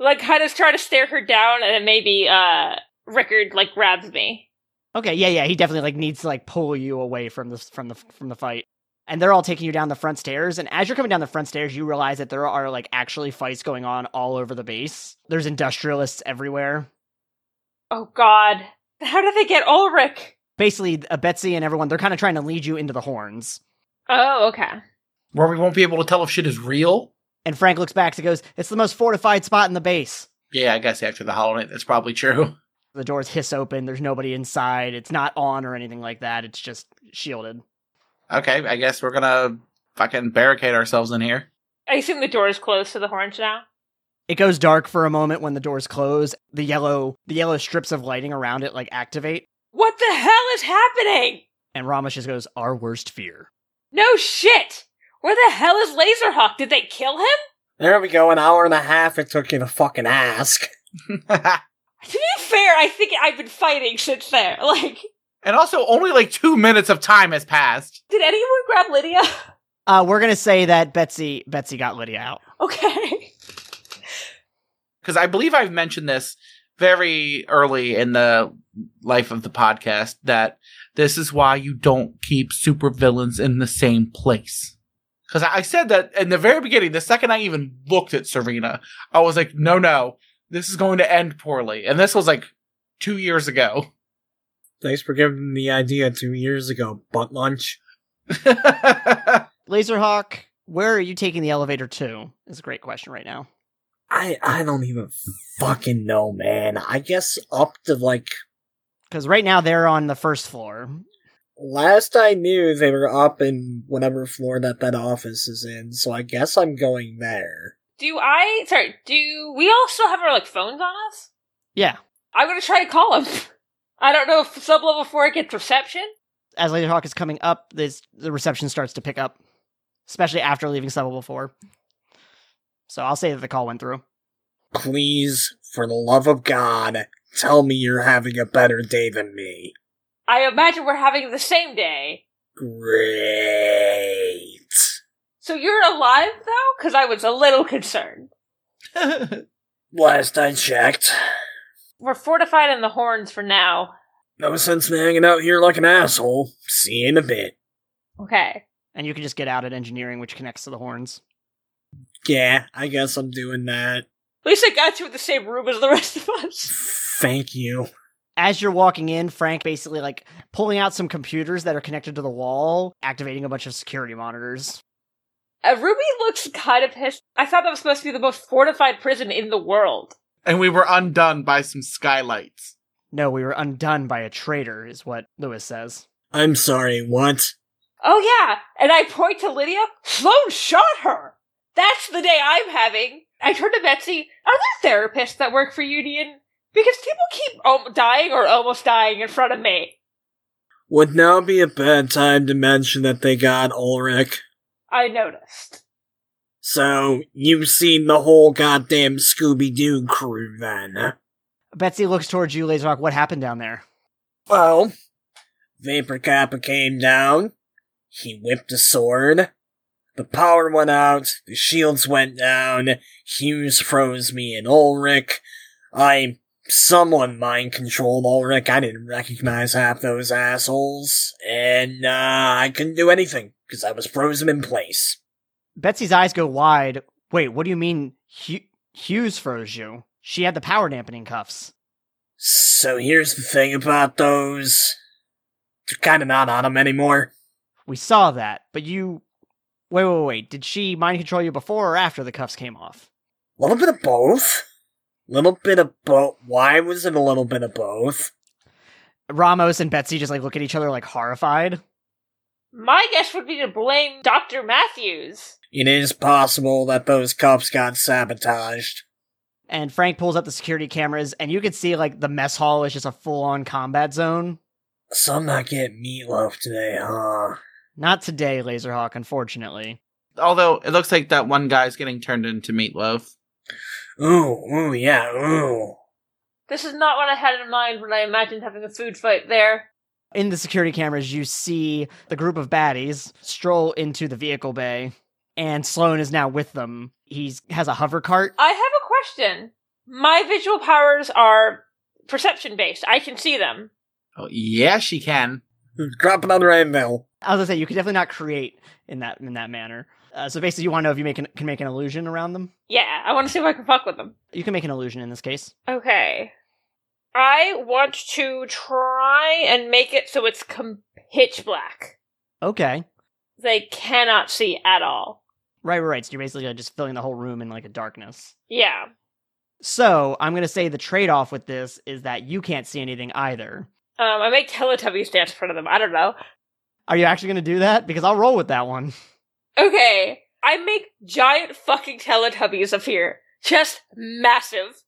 like kind of trying to stare her down and then maybe uh Rickard like grabs me.
Okay, yeah, yeah, he definitely like needs to like pull you away from the from the from the fight. And they're all taking you down the front stairs, and as you're coming down the front stairs, you realize that there are like actually fights going on all over the base. There's industrialists everywhere.
Oh god. How did they get Ulrich?
Basically, uh, Betsy and everyone, they're kind of trying to lead you into the horns.
Oh, okay.
Where we won't be able to tell if shit is real?
And Frank looks back and goes, "It's the most fortified spot in the base."
Yeah, I guess after the Hollow Knight, that's probably true.
The doors hiss open. There's nobody inside. It's not on or anything like that. It's just shielded.
Okay, I guess we're gonna fucking barricade ourselves in here.
I assume the door is closed to the horns now.
It goes dark for a moment when the doors close. The yellow, the yellow strips of lighting around it like activate,
What the hell is happening?
and Ramos just goes, "Our worst fear."
No shit! Where the hell is Laserhawk? Did they kill him?
There we go, an hour and a half it took you to fucking ask.
and
To be fair, I think I've been fighting since there. Like,
also, only like two minutes of time has passed.
did anyone grab Lydia?
Uh, we're gonna say that Betsy, Betsy got Lydia out.
Okay.
because I believe I've mentioned this very early in the life of the podcast that this is why you don't keep supervillains in the same place. Because I I said that in the very beginning, the second I even looked at Serena, I was like, no, no, this is going to end poorly. And this was like two years ago.
Thanks for giving me the idea two years ago, butt lunch.
I
Laserhawk, where are you taking the elevator to? Is a great question right now.
I I don't even fucking know, man. I guess up to like
Because right now they're on the first floor.
last I knew they were up in whatever floor that that office is in, so I guess I'm going there.
Do I? Sorry. Do we all still have our like phones on us?
Yeah.
I'm gonna try to call him. I don't know if sub level four gets reception.
As Laserhawk is coming up, this the reception starts to pick up, especially after leaving level four. So I'll say that the call went through.
Please, for the love of God, tell me you're having a better day than me.
I imagine we're having the same day.
Great.
So you're alive though, because I was a little concerned.
Last I checked.
We're fortified in the horns for now.
No sense in hanging out here like an asshole. See you in a bit.
Okay.
And you can just get out at engineering, which connects to the horns.
Yeah, I guess I'm doing that.
At least I got you in the same room as the rest of us.
Thank you.
As you're walking in, Frank basically like pulling out some computers that are connected to the wall, activating a bunch of security monitors.
Uh, Ruby looks kind of pissed. I thought that was supposed to be the most fortified prison in the world.
And we were undone by some skylights.
No, we were undone by a traitor, is what Lewis says.
I'm sorry, what?
Oh yeah, and I point to Lydia. Sloan shot her. That's the day I'm having. I turn to Betsy. Are there therapists that work for Union? Because people keep om- dying or almost dying in front of me.
Would now be a bad time to mention that they got Ulrich.
I noticed.
So, you've seen the whole goddamn Scooby Doo crew then. huh?
Betsy looks towards you, Laserhawk. What happened down there?
Well, Vapor Kappa came down. He whipped a sword. The power went out. The shields went down. Hughes froze me and Ulrich. I. Someone mind controlled Ulrich. I didn't recognize half those assholes. And, uh, I couldn't do anything because I was frozen in place.
Betsy's eyes go wide. Wait, what do you mean Hu- Hughes froze you? She had the power dampening cuffs.
So here's the thing about those. They're kinda not on them anymore.
We saw that, but you. Wait, wait, wait. Did she mind control you before or after the cuffs came off?
little bit of both. Little bit of both. Why was it a little bit of both?
Ramos and Betsy just like look at each other like horrified.
My guess would be to blame Dr. Matthews.
It is possible that those cups got sabotaged.
And Frank pulls up the security cameras, and you can see like the mess hall is just a full on combat zone.
So I'm not getting meatloaf today, huh?
Not today, Laserhawk, unfortunately.
Although it looks like that one guy's getting turned into meatloaf.
Ooh, ooh, yeah, ooh.
This is not what I had in mind when I imagined having a food fight there.
In the security cameras, you see the group of baddies stroll into the vehicle bay, and Sloan is now with them. He has a hover cart.
I have a question. My visual powers are perception based. I can see them.
Oh, yeah, she can.
Drop another anvil.
I was gonna say you could definitely not create in that in that manner. Uh, so basically, you want to know if you make an, can make an illusion around them.
Yeah, I want to see if I can fuck with them.
You can make an illusion in this case.
Okay. I want to try and make it so it's com- pitch black.
Okay,
They cannot see at all.
right, right, right. So you're basically just filling the whole room in like a darkness.
Yeah.
So I'm gonna say the trade off with this is that you can't see anything either.
Um, I make Teletubbies dance in front of them. I don't know.
Are you actually gonna do that? Because I'll roll with that one.
Okay. I make giant fucking Teletubbies appear. Just massive.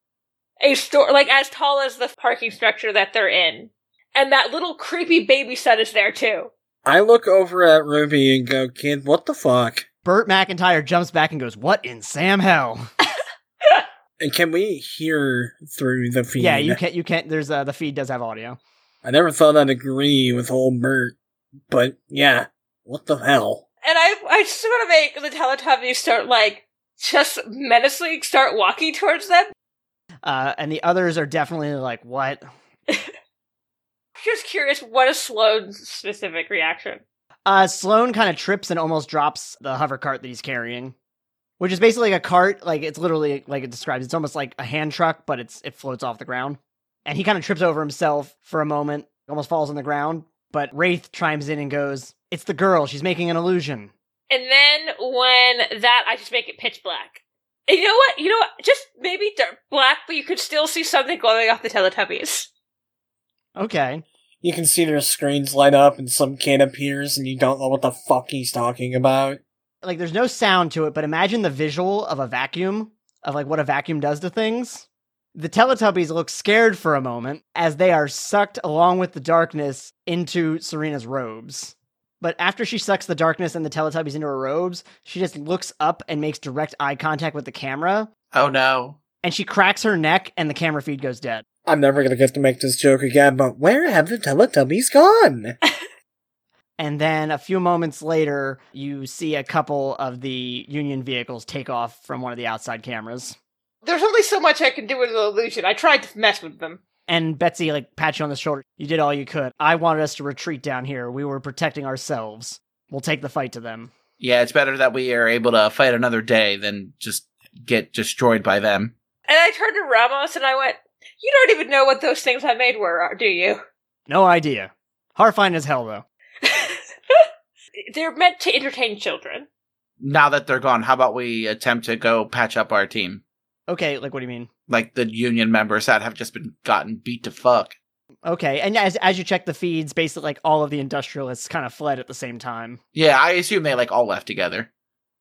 A store, like as tall as the parking structure that they're in. And that little creepy baby son is there too.
I look over at Ruby and go, kid, what the fuck?
Burt McIntyre jumps back and goes, "What in Sam hell?"
And can we hear through the feed?
Yeah, you can't. You can't. There's uh, the feed does have audio.
I never thought I'd agree with old Bert, but yeah, what the hell?
And I, I just want to make the Teletubbies start like, just menacing, start walking towards them.
Uh, and the others are definitely like, "What?"
Just curious, what is Sloane's specific reaction?
Uh, Sloan kind of trips and almost drops the hover cart that he's carrying, which is basically a cart. Like it's literally like it describes. It's almost like a hand truck, but it's it floats off the ground. And he kind of trips over himself for a moment, almost falls on the ground. But Wraith chimes in and goes, "It's the girl. She's making an illusion."
And then when that, I just make it pitch black. And you know what? You know what? Just maybe dark black, but you could still see something glowing off the Teletubbies.
Okay,
You can see their screens light up and some kid appears and you don't know what the fuck he's talking about.
like there's no sound to it, but imagine the visual of a vacuum of like what a vacuum does to things. The Teletubbies look scared for a moment as they are sucked along with the darkness into Serena's robes. But after she sucks the darkness and the Teletubbies into her robes, she just looks up and makes direct eye contact with the camera,
Oh no.
and she cracks her neck, and the camera feed goes dead.
I'm never gonna get to make this joke again, but where have the Teletubbies gone?
And then a few moments later, you see a couple of the Union vehicles take off from one of the outside cameras.
There's only so much I can do with an illusion. I tried to mess with them.
And Betsy, like, pat you on the shoulder. You did all you could. I wanted us to retreat down here. We were protecting ourselves. We'll take the fight to them.
Yeah, it's better that we are able to fight another day than just get destroyed by them.
And I turned to Ramos and I went, You don't even know what those things I made were, do you?
No idea. Horrifying as hell, though.
They're meant to entertain children.
Now that they're gone, how about we attempt to go patch up our team?
Okay, like, what do you mean?
Like the union members that have just been gotten beat to fuck.
Okay, and as as you check the feeds, basically, like, all of the industrialists kind of fled at the same time.
Yeah, I assume they like all left together.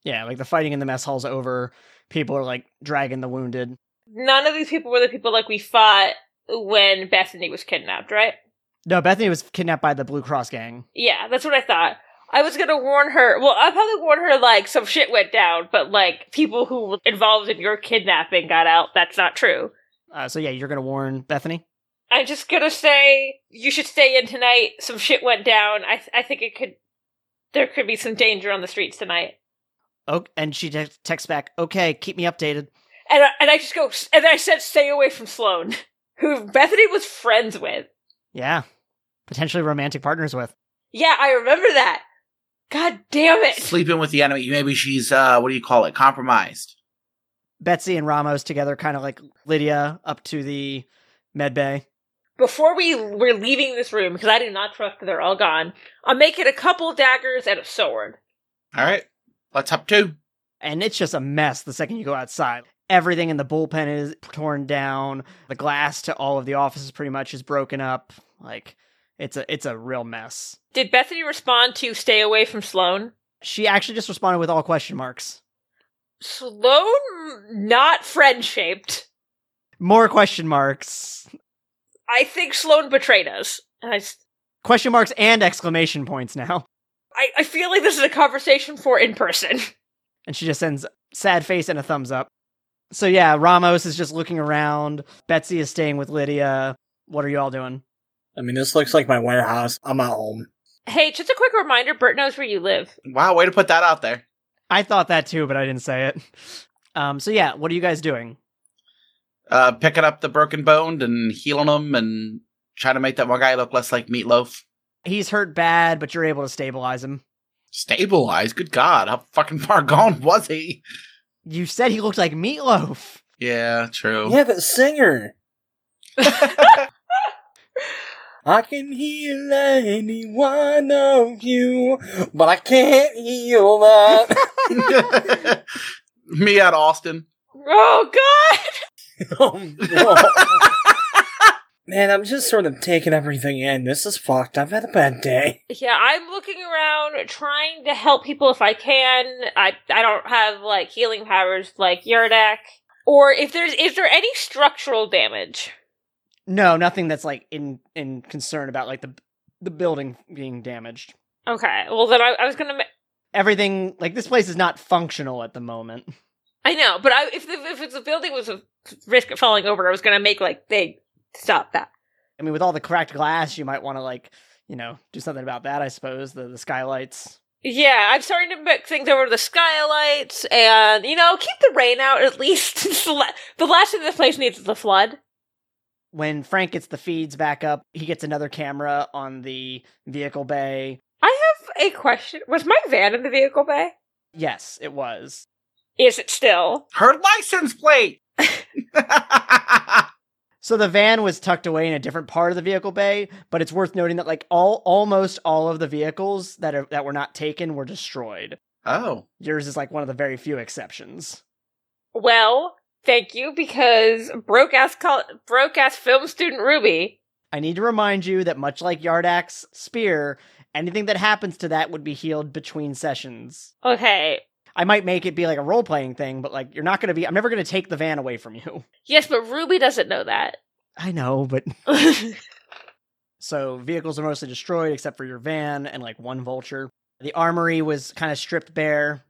Yeah, like, the fighting in the mess hall's over. People are, like, dragging the wounded.
None of these people were the people like we fought when Bethany was kidnapped, right?
No, Bethany was kidnapped by the Blue Cross gang.
Yeah, that's what I thought. I was gonna warn her. Well, I probably warned her like some shit went down, but like people who were involved in your kidnapping got out. That's not true.
Uh, so, yeah, you're going to warn Bethany?
I'm just gonna say you should stay in tonight. Some shit went down. I th- I think it could there could be some danger on the streets tonight.
Oh, and she te- texts back, okay, keep me updated.
And I, and I just go and then I said stay away from Sloane, who Bethany was friends with.
Yeah. Potentially romantic partners with.
Yeah, I remember that. God damn it.
Sleeping with the enemy, maybe she's uh what do you call it? Compromised.
Betsy and Ramos together, kind of like Lydia up to the med bay.
Before we we're leaving this room because I do not trust that they're all gone. I'm making a couple daggers and a sword.
All right. Let's hop to.
And it's just a mess the second you go outside. Everything in the bullpen is torn down. The glass to all of the offices pretty much is broken up. Like it's a it's a real mess.
Did Bethany respond to stay away from Sloane?
She actually just responded with all question marks.
Sloane not friend shaped.
More question marks.
I think Sloane betrayed us. And I, s-
Question marks and exclamation points now.
I, I feel like this is a conversation for in person.
And she just sends sad face and a thumbs up. So yeah, Ramos is just looking around. Betsy is staying with Lydia. What are you all doing?
I mean, this looks like my warehouse. I'm at home.
Hey, just a quick reminder, Bert knows where you live.
Wow, way to put that out there.
I thought that too, but I didn't say it. Um, so yeah, what are you guys doing?
Uh picking up the broken boned and healing them and trying to make that one guy look less like meatloaf.
He's hurt bad, but you're able to stabilize him.
Stabilized. Good God, how fucking far gone was he?
You said he looked like meatloaf.
Yeah, true.
Yeah, that singer. I can heal any one of you, but I can't heal that.
Me at Austin.
Oh god!
oh, no. Man, I'm just sort of taking everything in. This is fucked. I've had a bad day.
Yeah, I'm looking around trying to help people if I can. I I don't have like healing powers like Yardak. Or if there's is there any structural damage?
No, nothing that's like in in concern about like the the building being damaged.
Okay, well then I, I was gonna. Ma-
Everything like this place is not functional at the moment.
I know, but I if the if the building was a risk of falling over, I was gonna make like they stop that.
I mean, with all the cracked glass, you might want to like you know do something about that. I suppose the the skylights.
Yeah, I'm starting to make things over to the skylights, and you know, keep the rain out at least. It's the la- the last thing this place needs is a flood.
When Frank gets the feeds back up, he gets another camera on the vehicle bay.
I have a question. Was my van in the vehicle bay?
Yes, it was.
Is it still?
Her license plate.
So the van was tucked away in a different part of the vehicle bay, but it's worth noting that like all almost all of the vehicles that are that were not taken were destroyed.
oh.
Yours is like one of the very few exceptions.
Well, thank you because broke ass col- broke ass film student Ruby.
I need to remind you that much like Yardak's spear, anything that happens to that would be healed between sessions.
Okay.
I might make it be like a role playing thing, but like you're not going to be I'm never going to take the van away from you.
Yes, but Ruby doesn't know that.
I know, but So vehicles are mostly destroyed except for your van and like one vulture. The armory was kind of stripped bare.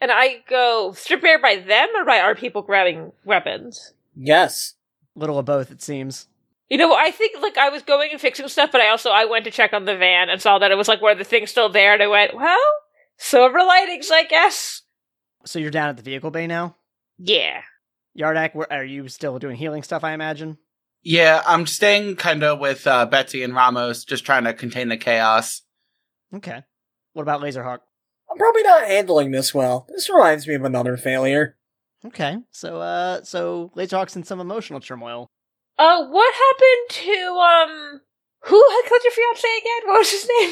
and I go strip bare by them or by our people grabbing weapons.
Yes.
Little of both, it seems.
You know, I think like I was going and fixing stuff, but I also I went to check on the van and saw that it was like where the thing's still there, and I went, well, silver lightings, I guess.
So you're down at the vehicle bay now?
Yeah.
Yardak, where, are you still doing healing stuff? I imagine.
Yeah, I'm staying kind of with uh, Betsy and Ramos, just trying to contain the chaos.
Okay. What about Laserhawk?
I'm probably not handling this well. This reminds me of another failure.
Okay. So, uh, so Laserhawk's in some emotional turmoil.
Uh, what happened to um? Who had killed your fiance again? What was his name?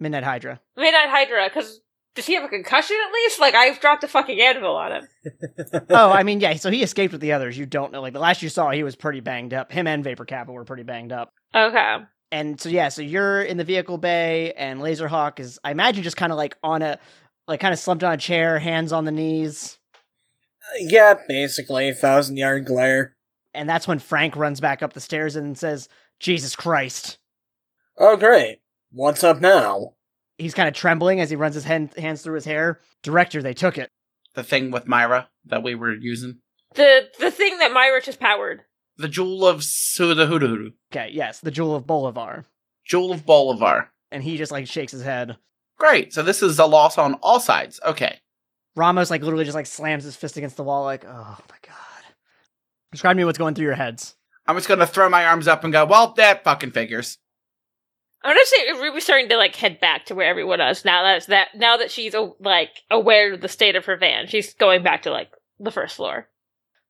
Midnight Hydra.
Midnight Hydra. Because does he have a concussion at least? Like I've dropped a fucking anvil on him.
oh, I mean, yeah. So he escaped with the others. You don't know. Like the last you saw, he was pretty banged up. Him and Vapor Kappa were pretty banged up.
Okay.
and so yeah, so you're in the vehicle bay, and Laserhawk is, I imagine, just kind of like on a, like kind of slumped on a chair, hands on the knees,
yeah, basically, thousand yard glare.
and that's when Frank runs back up the stairs and says, "Jesus Christ!"
Oh, great. What's up now?
He's kind of trembling as he runs his hand, hands through his hair. Director, they took it.
The thing with Myra that we were using,
The the thing that Myra just powered.
the jewel of Sudahuduru,
Okay, yes, the jewel of Bolivar,
jewel of Bolivar.
and he just like shakes his head.
Great. So this is a loss on all sides. Okay.
Ramos like literally just like slams his fist against the wall, like, "Oh my god!" Describe to me what's going through your heads.
I'm just gonna throw my arms up and go, well, that fucking figures.
I'm gonna say Ruby's starting to like head back to where everyone is now. That's that now that she's a- like aware of the state of her van, she's going back to like the first floor.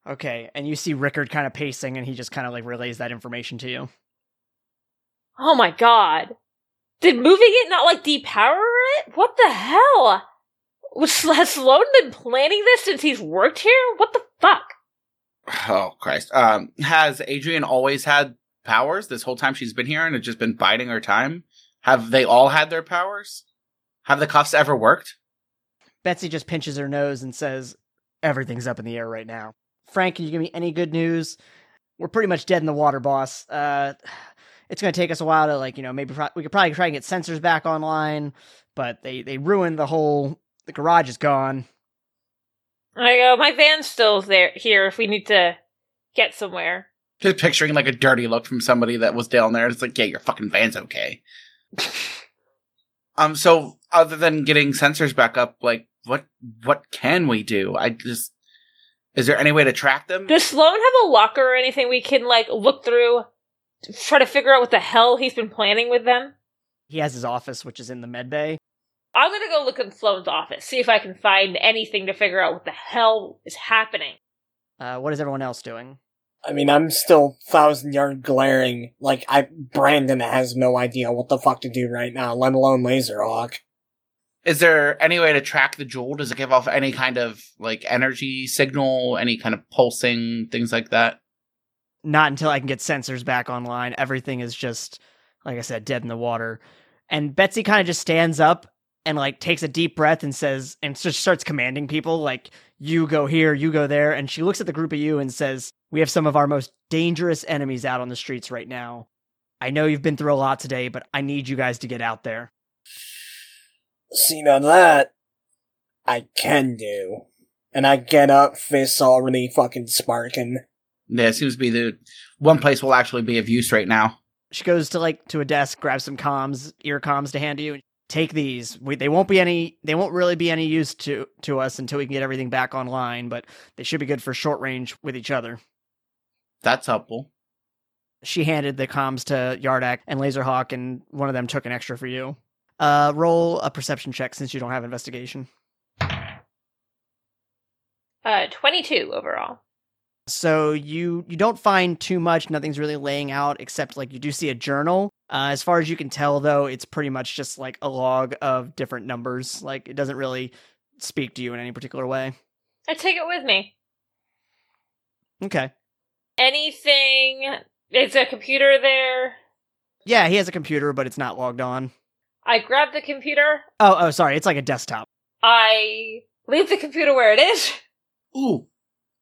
Okay, and you see Rickard kind of pacing, and he just kind of like relays that information to you.
Oh my god! Did moving it not like depower it? What the hell? Was has Sloan been planning this since he's worked here? What the fuck?
Oh Christ. Um, has Adrian always had powers this whole time she's been here and it's just been biding her time? Have they all had their powers? Have the cuffs ever worked?
Betsy just pinches her nose and says, Everything's up in the air right now. Frank, can you give me any good news? We're pretty much dead in the water, boss. Uh, it's going to take us a while to, like, you know, maybe pro- we could probably try and get sensors back online, but they, they ruined the whole. The garage is gone.
I go. My van's still there here. If we need to get somewhere,
Just picturing like a dirty look from somebody that was down there. It's like, yeah, your fucking van's okay. um, so other than getting sensors back up, like what what can we do? I just is there any way to track them?
does Sloan have a locker or anything we can like look through, to try to figure out what the hell he's been planning with them?
He has his office, which is in the med bay.
I'm gonna go look in Sloan's office, see if I can find anything to figure out what the hell is happening.
Uh, what is everyone else doing?
I mean, I'm still thousand yard glaring. Like, I Brandon has no idea what the fuck to do right now, let alone Laserhawk.
Is there any way to track the jewel? Does it give off any kind of like energy signal, any kind of pulsing, things like that?
not until I can get sensors back online. Everything is just, like I said, dead in the water. And Betsy kind of just stands up and like takes a deep breath and says, and just starts commanding people, like, you go here, you go there. And she looks at the group of you and says, We have some of our most dangerous enemies out on the streets right now. I know you've been through a lot today, but I need you guys to get out there.
See, now that I can do. And I get up, fists already fucking sparking.
Yeah, it seems to be the one place we'll actually be of use right now.
She goes to like to a desk, grabs some comms, ear comms to hand to you. Take these. We, they won't be any. They won't really be any use to to us until we can get everything back online. But they should be good for short range with each other.
That's helpful.
She handed the comms to Yardak and Laserhawk, and one of them took an extra for you. Uh, roll a perception check since you don't have investigation.
Uh, 22 overall.
So you you don't find too much. Nothing's really laying out except like you do see a journal. Uh, as far as you can tell, though, it's pretty much just like a log of different numbers. Like it doesn't really speak to you in any particular way.
I Uh, take it with me.
Okay.
Anything? Is a computer there?
Yeah, he has a computer, but it's not logged on.
I grab the computer.
Oh, oh, sorry. It's like a desktop.
I leave the computer where it is.
Ooh.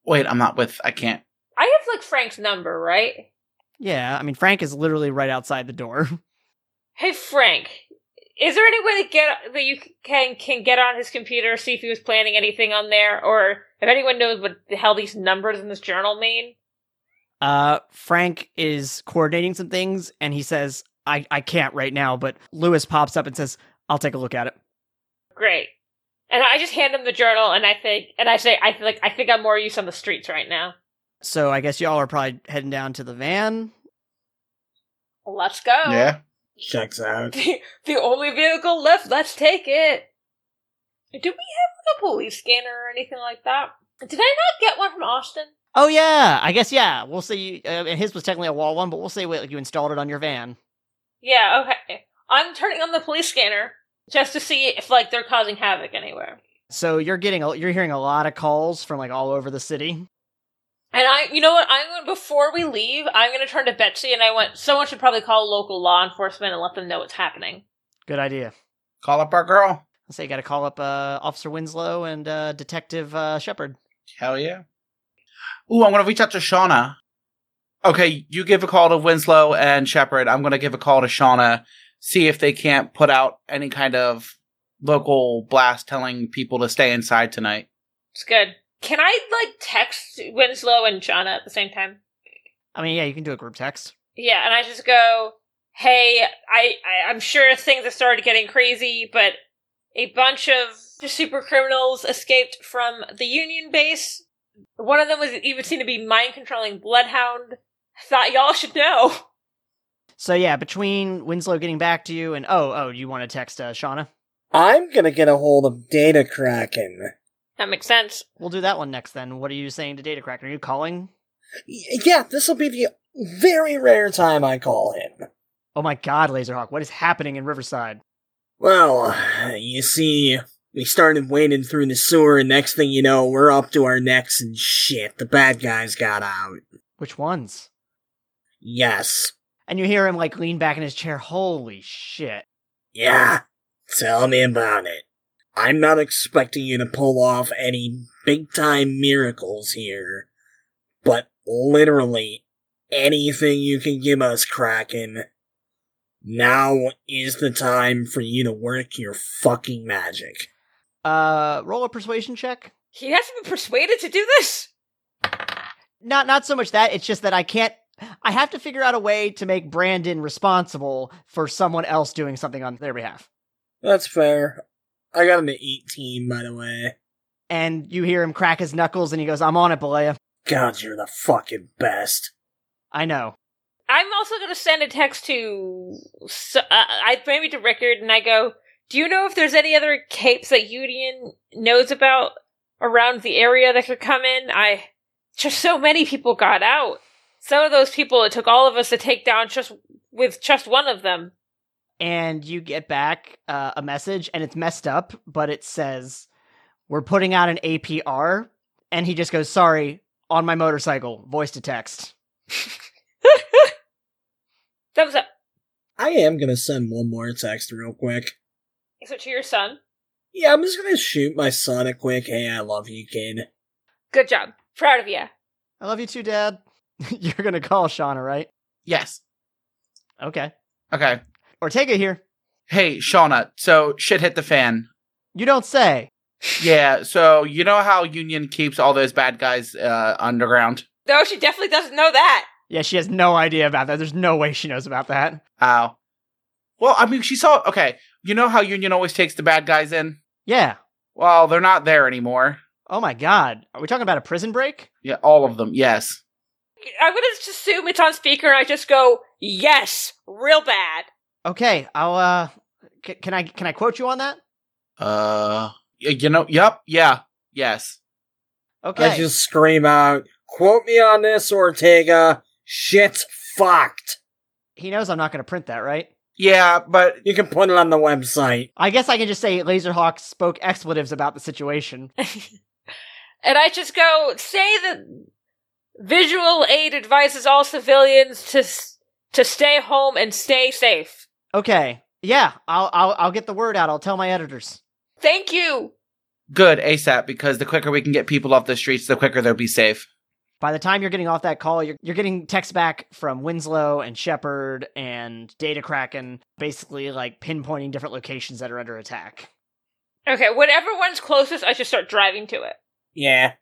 Wait, I'm not with I can't.
I have like Frank's number, right?
Yeah, I mean Frank is literally right outside the door.
Hey Frank, is there any way to get that you can can get on his computer, see if he was planning anything on there, or if anyone knows what the hell these numbers in this journal mean?
Uh, Frank is coordinating some things, and he says, "I I can't right now." But Lewis pops up and says, "I'll take a look at it."
Great. And I just hand him the journal, and I think, and I say, I feel like I think I'm more use on the streets right now.
So I guess y'all are probably heading down to the van.
Let's go.
Yeah.
Checks out.
The, the only vehicle left. Let's take it. Do we have like, a police scanner or anything like that? Did I not get one from Austin?
Oh yeah, I guess yeah. We'll say you, uh, and his was technically a wall one, but we'll say wait, like you installed it on your van.
Yeah. Okay. I'm turning on the police scanner just to see if like they're causing havoc anywhere.
So you're getting a, you're hearing a lot of calls from like all over the city.
And I, you know what? I'm going before we leave. I'm going to turn to Betsy and I went. Someone should probably call local law enforcement and let them know what's happening.
Good idea.
Call up our girl.
I'll say you got to call up uh, Officer Winslow and uh, Detective uh, Shepard.
Hell yeah. Ooh, I'm gonna reach out to Shauna. Okay, you give a call to Winslow and Shepard. I'm gonna give a call to Shauna, see if they can't put out any kind of local blast telling people to stay inside tonight.
It's good. Can I like text Winslow and Shauna at the same time?
I mean, yeah, you can do a group text.
Yeah, and I just go, "Hey, I, I I'm sure things have started getting crazy, but a bunch of super criminals escaped from the Union base. One of them was even seen to be mind controlling Bloodhound. Thought y'all should know.
So yeah, between Winslow getting back to you and oh oh, you want to text uh, Shauna?
I'm gonna get a hold of Data Kraken.
That makes sense.
We'll do that one next. Then what are you saying to Data Cracker? Are you calling?
Y- yeah, this will be the very rare time I call him.
Oh my God, Laserhawk, what is happening in Riverside?
Well, you see, we started wading through the sewer, and next thing you know, we're up to our necks and shit. The bad guys got out.
Which ones?
Yes.
And you hear him like lean back in his chair. Holy shit!
Yeah. Tell me about it. I'm not expecting you to pull off any big time miracles here, but literally anything you can give us, Kraken. Now is the time for you to work your fucking magic.
Uh, roll a persuasion check.
He has to be persuaded to do this.
Not not so much that. It's just that I can't. I have to figure out a way to make Brandon responsible for someone else doing something on their behalf.
That's fair. I got an 18, by the way.
and you hear him crack his knuckles and he goes, I'm on it, Balea.
God, you're the fucking best.
I know.
I'm also going to send a text to so, uh, I maybe to Rickard, and I go, "Do you know if there's any other capes that Union knows about around the area that could come in? I just so many people got out. Some of those people it took all of us to take down just with just one of them.
And you get back uh, a message and it's messed up, but it says, We're putting out an APR. And he just goes, Sorry, on my motorcycle, voice to text.
Thumbs up.
I am gonna send one more text real quick.
Is it to your son?
Yeah, I'm just gonna shoot my son a quick, hey, I love you, kid.
Good job. Proud of you.
I love you too, Dad. You're going to call Shauna, right?
Yes.
Okay.
Okay.
Ortega here.
Hey, Shauna. So shit hit the fan.
You don't say.
Yeah. So you know how Union keeps all those bad guys uh, underground?
No, she definitely doesn't know that.
Yeah, she has no idea about that. There's no way she knows about that.
Ow. Well, I mean, she saw. Okay. You know how Union always takes the bad guys in?
Yeah.
Well, they're not there anymore.
Oh my God. Are we talking about a prison break?
Yeah, all of them. Yes.
I'm going to just assume it's on speaker, and I just go, "Yes, real bad."
Okay. I'll, uh, c- can I, can I quote you on that?
Uh, y- you know, yep, yeah, yes.
Okay.
I just scream out, quote me on this, Ortega. Shit's fucked.
he knows I'm not going to print that, right?
Yeah, but
You can put it on the website.
I guess I can just say Laserhawk spoke expletives about the situation.
and I just go say that visual aid advises all civilians to s- to stay home and stay safe.
Okay. Yeah, I'll I'll I'll get the word out. I'll tell my editors.
Thank you.
good ASAP because the quicker we can get people off the streets, the quicker they'll be safe.
By the time you're getting off that call, you're you're getting texts back from Winslow and Shepard and Data Kraken, basically like pinpointing different locations that are under attack.
Okay, whatever one's closest, I just start driving to it.
Yeah.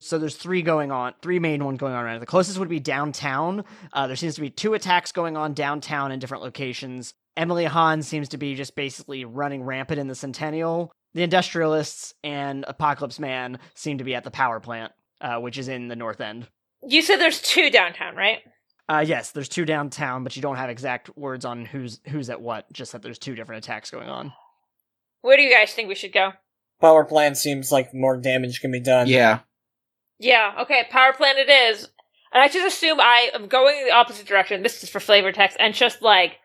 So there's three going on, three main ones going on right now. The closest would be downtown. Uh, there seems to be two attacks going on downtown in different locations. Emily Hahn seems to be just basically running rampant in the Centennial. The industrialists and Apocalypse Man seem to be at the power plant, uh, which is in the north end.
You said there's two downtown, right?
Uh, yes, there's two downtown, but you don't have exact words on who's who's at what. Just that there's two different attacks going on.
Where do you guys think we should go?
Power plant seems like more damage can be done.
Yeah.
Yeah, okay, power plant it is. And I just assume I am going in the opposite direction. This is for flavor text, and just like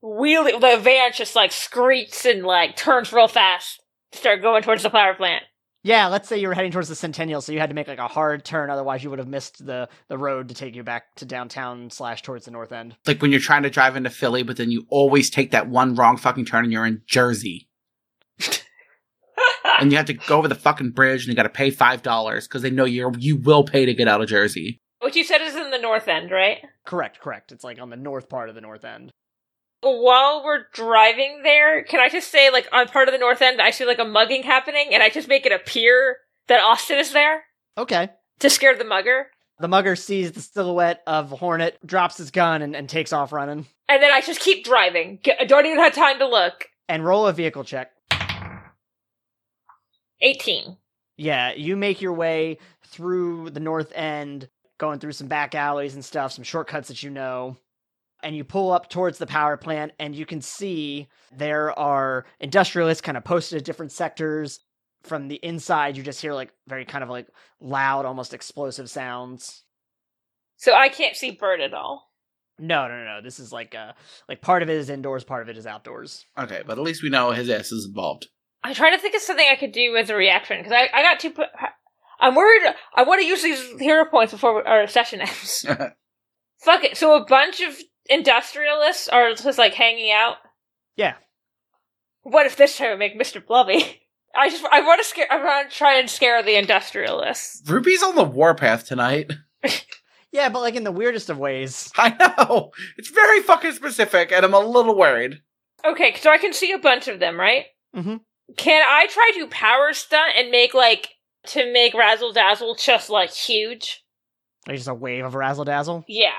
wheeling the van just like screeches and like turns real fast to start going towards the power plant.
Yeah, let's say you were heading towards the Centennial, so you had to make like a hard turn, otherwise you would have missed the the road to take you back to downtown slash towards the north end.
It's like when you're trying to drive into Philly, but then you always take that one wrong fucking turn and you're in Jersey. and you have to go over the fucking bridge and you got to pay $5 because they know you're, you will pay to get out of Jersey.
What you said is in the north end, right?
Correct, correct. It's like on the north part of the north end.
While we're driving there, can I just say, like, on part of the north end, I see like a mugging happening, and I just make it appear that Austin is there
Okay.
to scare the mugger,
The mugger sees the silhouette of Hornet, drops his gun, and, and takes off running.
and then I just keep driving. G- I don't even have time to look.
And roll a vehicle check.
Eighteen.
Yeah, you make your way through the north end, going through some back alleys and stuff, some shortcuts that you know. And you pull up towards the power plant, and you can see there are industrialists kind of posted at different sectors. From the inside, you just hear like very kind of like loud, almost explosive sounds.
So I can't see Bird at all.
No, no, no, no. This is like uh like part of it is indoors, part of it is outdoors.
Okay, but at least we know his ass is involved.
I'm trying to think of something I could do as a reaction because I, I got two. po- I'm worried. I want to use these hero points before our session ends. Fuck it. So a bunch of industrialists are just like hanging out.
Yeah.
What if this time we make Mister Blubby? I just I want to scare. I want to try and scare the industrialists.
Ruby's on the warpath tonight.
Yeah, but like in the weirdest of ways.
I know. It's very fucking specific, and I'm a little worried.
Okay, so I can see a bunch of them, right?
Mhm.
Can I try to power stunt and make like to make Razzle Dazzle just like huge?
Like just a wave of razzle dazzle.
Yeah.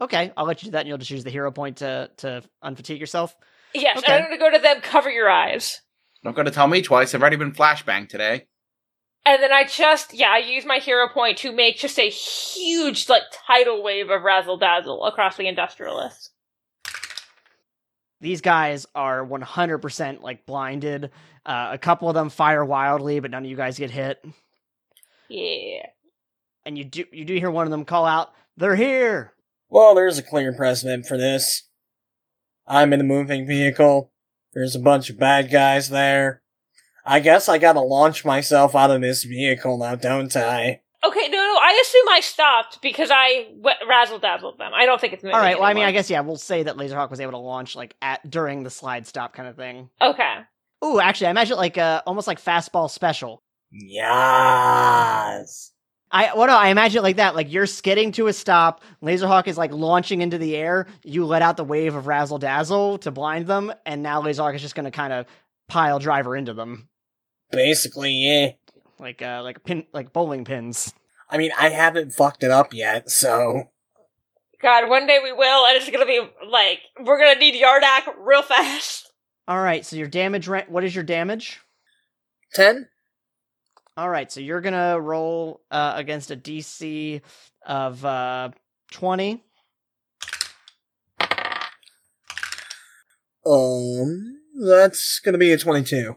Okay, I'll let you do that, and you'll just use the hero point to to unfatigue yourself.
Yes, and
Okay.
I'm gonna go to them. Cover your eyes,
Don't go to tell me twice. I've already been flashbang today.
and then I just yeah, I use my hero point to make just a huge like tidal wave of razzle dazzle across the industrialists.
These guys are 100% like blinded. Uh, a couple of them fire wildly, but none of you guys get hit.
Yeah.
And you do you do hear one of them call out, "They're here!"
Well, there's a clear precedent for this. I'm in a moving vehicle. There's a bunch of bad guys there. I guess I gotta launch myself out of this vehicle now, don't I?
Okay, no, no. I assume I stopped because I w- razzle dazzled them. I don't think it's moving
All right. Well, I mean,
anymore.
I guess yeah, we'll say that Laserhawk was able to launch like at during the slide stop kind of thing.
Okay.
Ooh, actually, I imagine like uh, almost like fastball special.
Yes.
I well, no, I imagine it like that. Like you're skidding to a stop, Laserhawk is like launching into the air. You let out the wave of razzle dazzle to blind them, and now Laserhawk is just going to kind of pile driver into them,
Basically, yeah.
like uh, like pin, like bowling pins.
I mean, I haven't fucked it up yet, so.
God, one day we will, and it's gonna be like we're gonna need Yardak real fast.
All right, so your damage. Ra- what is your damage?
10?
All right, so you're gonna roll uh, against a DC of uh, twenty.
Um, that's gonna be a 22.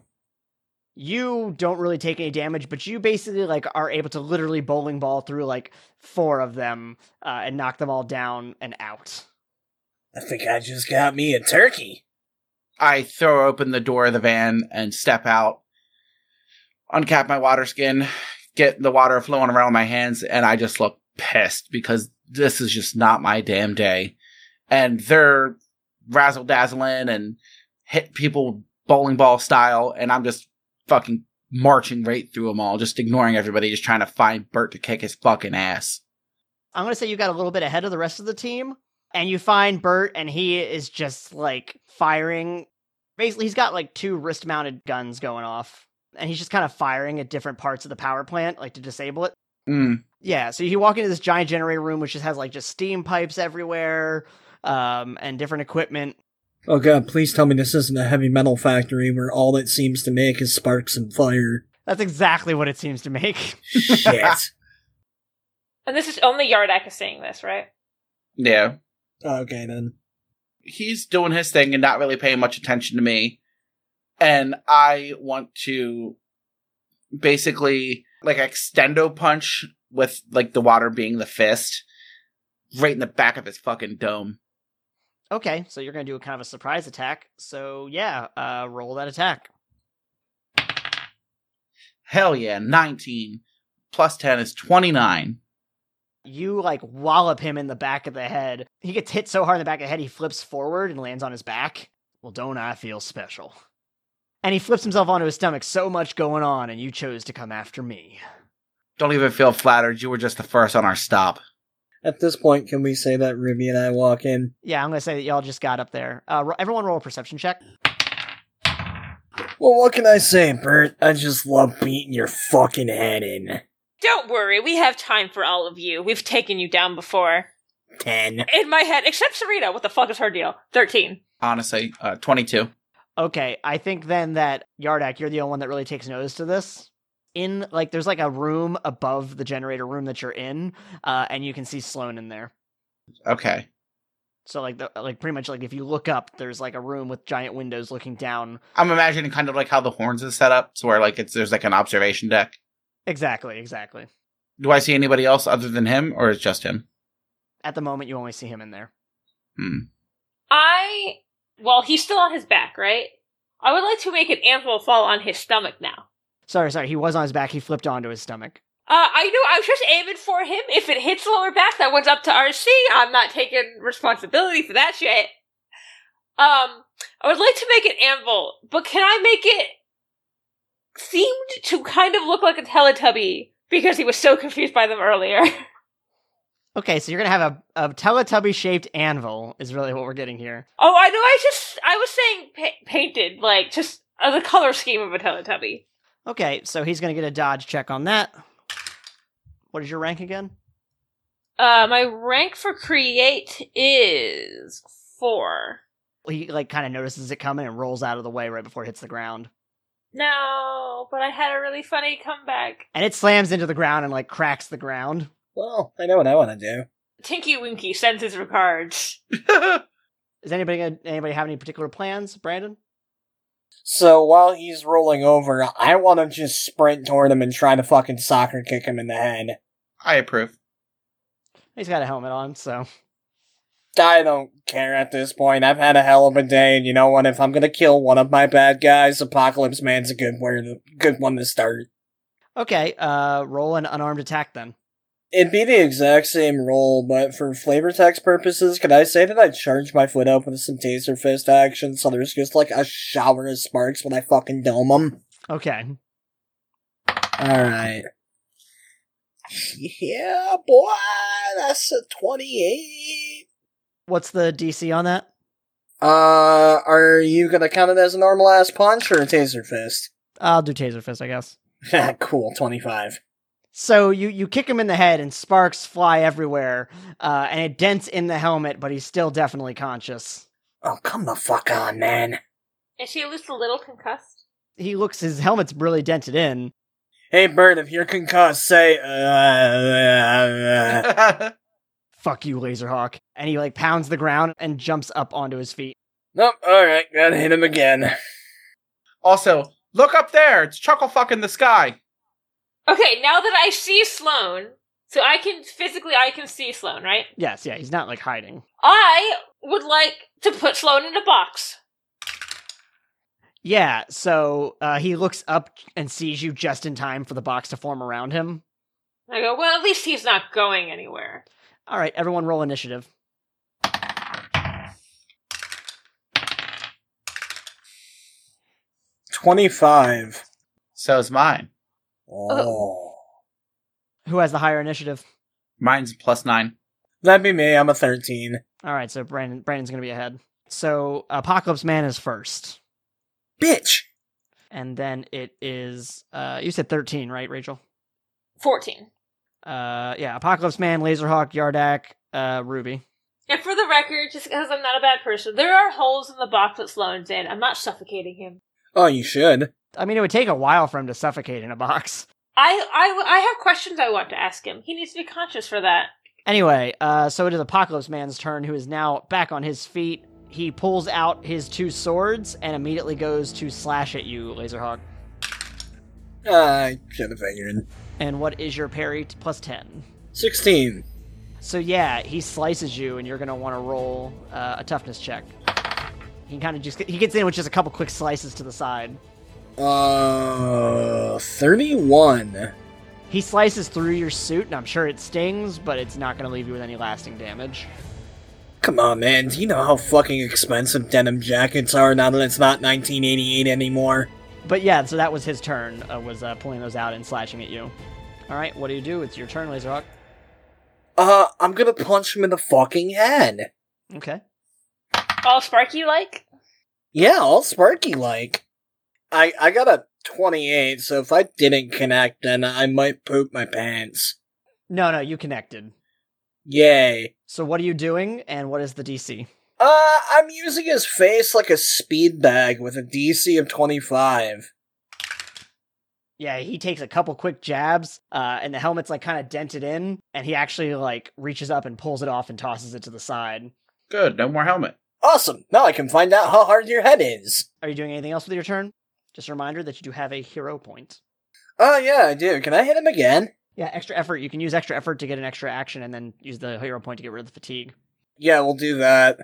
You don't really take any damage, but you basically like are able to literally bowling ball through like four of them uh, and knock them all down and out.
I think I just got me a turkey.
I throw open the door of the van and step out, uncap my water skin, get the water flowing around my hands, and I just look pissed because this is just not my damn day. And they're razzle dazzling and hit people bowling ball style, and I'm just fucking marching right through them all, just ignoring everybody, just trying to find Bert to kick his fucking ass.
I'm gonna say you got a little bit ahead of the rest of the team, and you find Bert, and he is just like firing. Basically, he's got like two wrist-mounted guns going off, and he's just kind of firing at different parts of the power plant, like to disable it.
Mm.
Yeah, so you walk into this giant generator room, which just has like just steam pipes everywhere, um, and different equipment.
Oh god, please tell me this isn't a heavy metal factory where all it seems to make is sparks and fire.
That's exactly what it seems to make.
Shit.
And this is only Yardak is saying this, right?
Yeah.
okay then.
he's doing his thing and not really paying much attention to me. And I want to basically like extendo punch with like the water being the fist right in the back of his fucking dome.
Okay, so you're going to do a kind of a surprise attack. So yeah, uh, roll that attack.
Hell yeah, 19 plus 10 is 29.
You like wallop him in the back of the head. He gets hit so hard in the back of the head, he flips forward and lands on his back. Well, don't I feel special? And he flips himself onto his stomach. So much going on, and you chose to come after me.
Don't even feel flattered. You were just the first on our stop.
At this point, can we say that Ruby and I walk in?
Yeah, I'm going to say that y'all just got up there. Uh, ro- everyone, roll a perception check.
Well, what can I say, Bert? I just love beating your fucking head in.
Don't worry, we have time for all of you. We've taken you down before.
Ten.
In my head, except Sarita. What the fuck is her deal? 13.
Honestly, uh, 22.
Okay, I think then that Yardak, you're the only one that really takes notice to this. In like, there's like a room above the generator room that you're in, uh, and you can see Sloan in there.
Okay.
So like, the, like pretty much like if you look up, there's like a room with giant windows looking down.
I'm imagining kind of like how the horns is set up, so where like it's there's like an observation deck.
Exactly, exactly.
Do I see anybody else other than him, or is it just him?
At the moment, you only see him in there.
Hmm.
I. Well, he's still on his back, right? I would like to make an anvil fall on his stomach now.
Sorry, sorry. He was on his back. He flipped onto his stomach.
Uh, I know I was just aiming for him. If it hits lower back, that one's up to RC. I'm not taking responsibility for that shit. Um, I would like to make an anvil, but can I make it seemed to kind of look like a Teletubby because he was so confused by them earlier.
Okay, so you're gonna have a, a Teletubby shaped anvil is really what we're getting here.
oh, I know. I just I was saying pa- painted, like just uh, the color scheme of a Teletubby.
Okay, so he's gonna get a dodge check on that. What is your rank again?
Uh, my rank for create is four.
He like kind of notices it coming and rolls out of the way right before it hits the ground.
No, but I had a really funny comeback.
and it slams into the ground and like cracks the ground.
Well, I know what I want to do.
Tinky Winky sends his regards.
Is anybody gonna, anybody have any particular plans, Brandon?
So while he's rolling over, I want to just sprint toward him and try to fucking soccer kick him in the head.
I approve.
He's got a helmet on, so
I don't care at this point. I've had a hell of a day, and you know what? If I'm gonna kill one of my bad guys, Apocalypse Man's a good where good one to start.
okay. Uh, roll an unarmed attack then.
It'd be the exact same roll, but for flavor text purposes, could I say that I charge my foot up with some taser fist action so there's just like a shower of sparks when I fucking dome them?
Okay,
Alright. Yeah, boy, that's a 28.
what's the DC on that?
Uh, are you gonna count it as a normal ass punch or a taser fist?
I'll do taser fist, I guess.
cool, 25.
So you you kick him in the head and sparks fly everywhere, uh, and it dents in the helmet, but he's still definitely conscious.
Oh, come the fuck on, man.
Is she at least a little concussed?
He looks his helmet's really dented in.
Hey, Bert, if you're concussed, say, uh, uh, uh.
Fuck you, Laserhawk! And he like pounds the ground and jumps up onto his feet.
Nope, alright, gotta hit him again.
also, look up there. It's chuckle fuck in the sky.
Okay, now that I see Sloan, so I can physically I can see Sloan, right?
Yes, yeah, he's not like hiding.
I would like to put Sloan in a box.
Yeah, so uh, he looks up and sees you just in time for the box to form around him.
I go, well, at least he's not going anywhere.
All right, everyone roll initiative.
Twenty-five.
So is mine.
Oh.
Who has the higher initiative?
Mine's plus nine.
That'd be me. I'm a thirteen.
All right, so Brandon Brandon's going to be ahead. So Apocalypse Man is first.
Bitch.
And then it is uh you said 13, right, Rachel?
Fourteen.
Uh yeah, Apocalypse Man, Laserhawk, Yardak, uh Ruby.
And for the record, just because I'm not a bad person, there are holes in the box that Sloan's in. I'm not suffocating him.
Oh, you should.
I mean, it would take a while for him to suffocate in a box.
I, I, I have questions I want to ask him. He needs to be conscious for that.
Anyway, uh, so it is Apocalypse Man's turn, who is now back on his feet. He pulls out his two swords and immediately goes to slash at you, Laserhawk.
I should have figured.
And what is your parry? T- Plus 10.
16.
So yeah, he slices you, and you're gonna want to roll uh, a toughness check. He kind of just he gets in with just a couple quick slices to the side.
Uh, 31.
He slices through your suit, and I'm sure it stings, but it's not gonna leave you with any lasting damage.
Come on, man. Do you know how fucking expensive denim jackets are now that it's not 1988 anymore?
But yeah, so that was his turn. Uh, was uh, pulling those out and slashing at you. All right, what do you do? It's your turn, Laserhawk.
Uh, I'm gonna punch him in the fucking head.
Okay.
All Sparky like?
Yeah, all sparky like. I I got a 28, so if I didn't connect, then I might poop my pants.
No, no, you connected.
Yay.
So what are you doing, and what is the DC?
Uh, I'm using his face like a speed bag with a DC of 25.
Yeah, he takes a couple quick jabs, uh, and the helmet's like kind of dented in, and he actually like reaches up and pulls it off and tosses it to the side.
Good. No more helmet.
Awesome. Now I can find out how hard your head is.
Are you doing anything else with your turn? Just a reminder that you do have a hero point.
Oh yeah, I do. Can I hit him again?
Yeah, extra effort. You can use extra effort to get an extra action, and then use the hero point to get rid of the fatigue.
Yeah, we'll do that.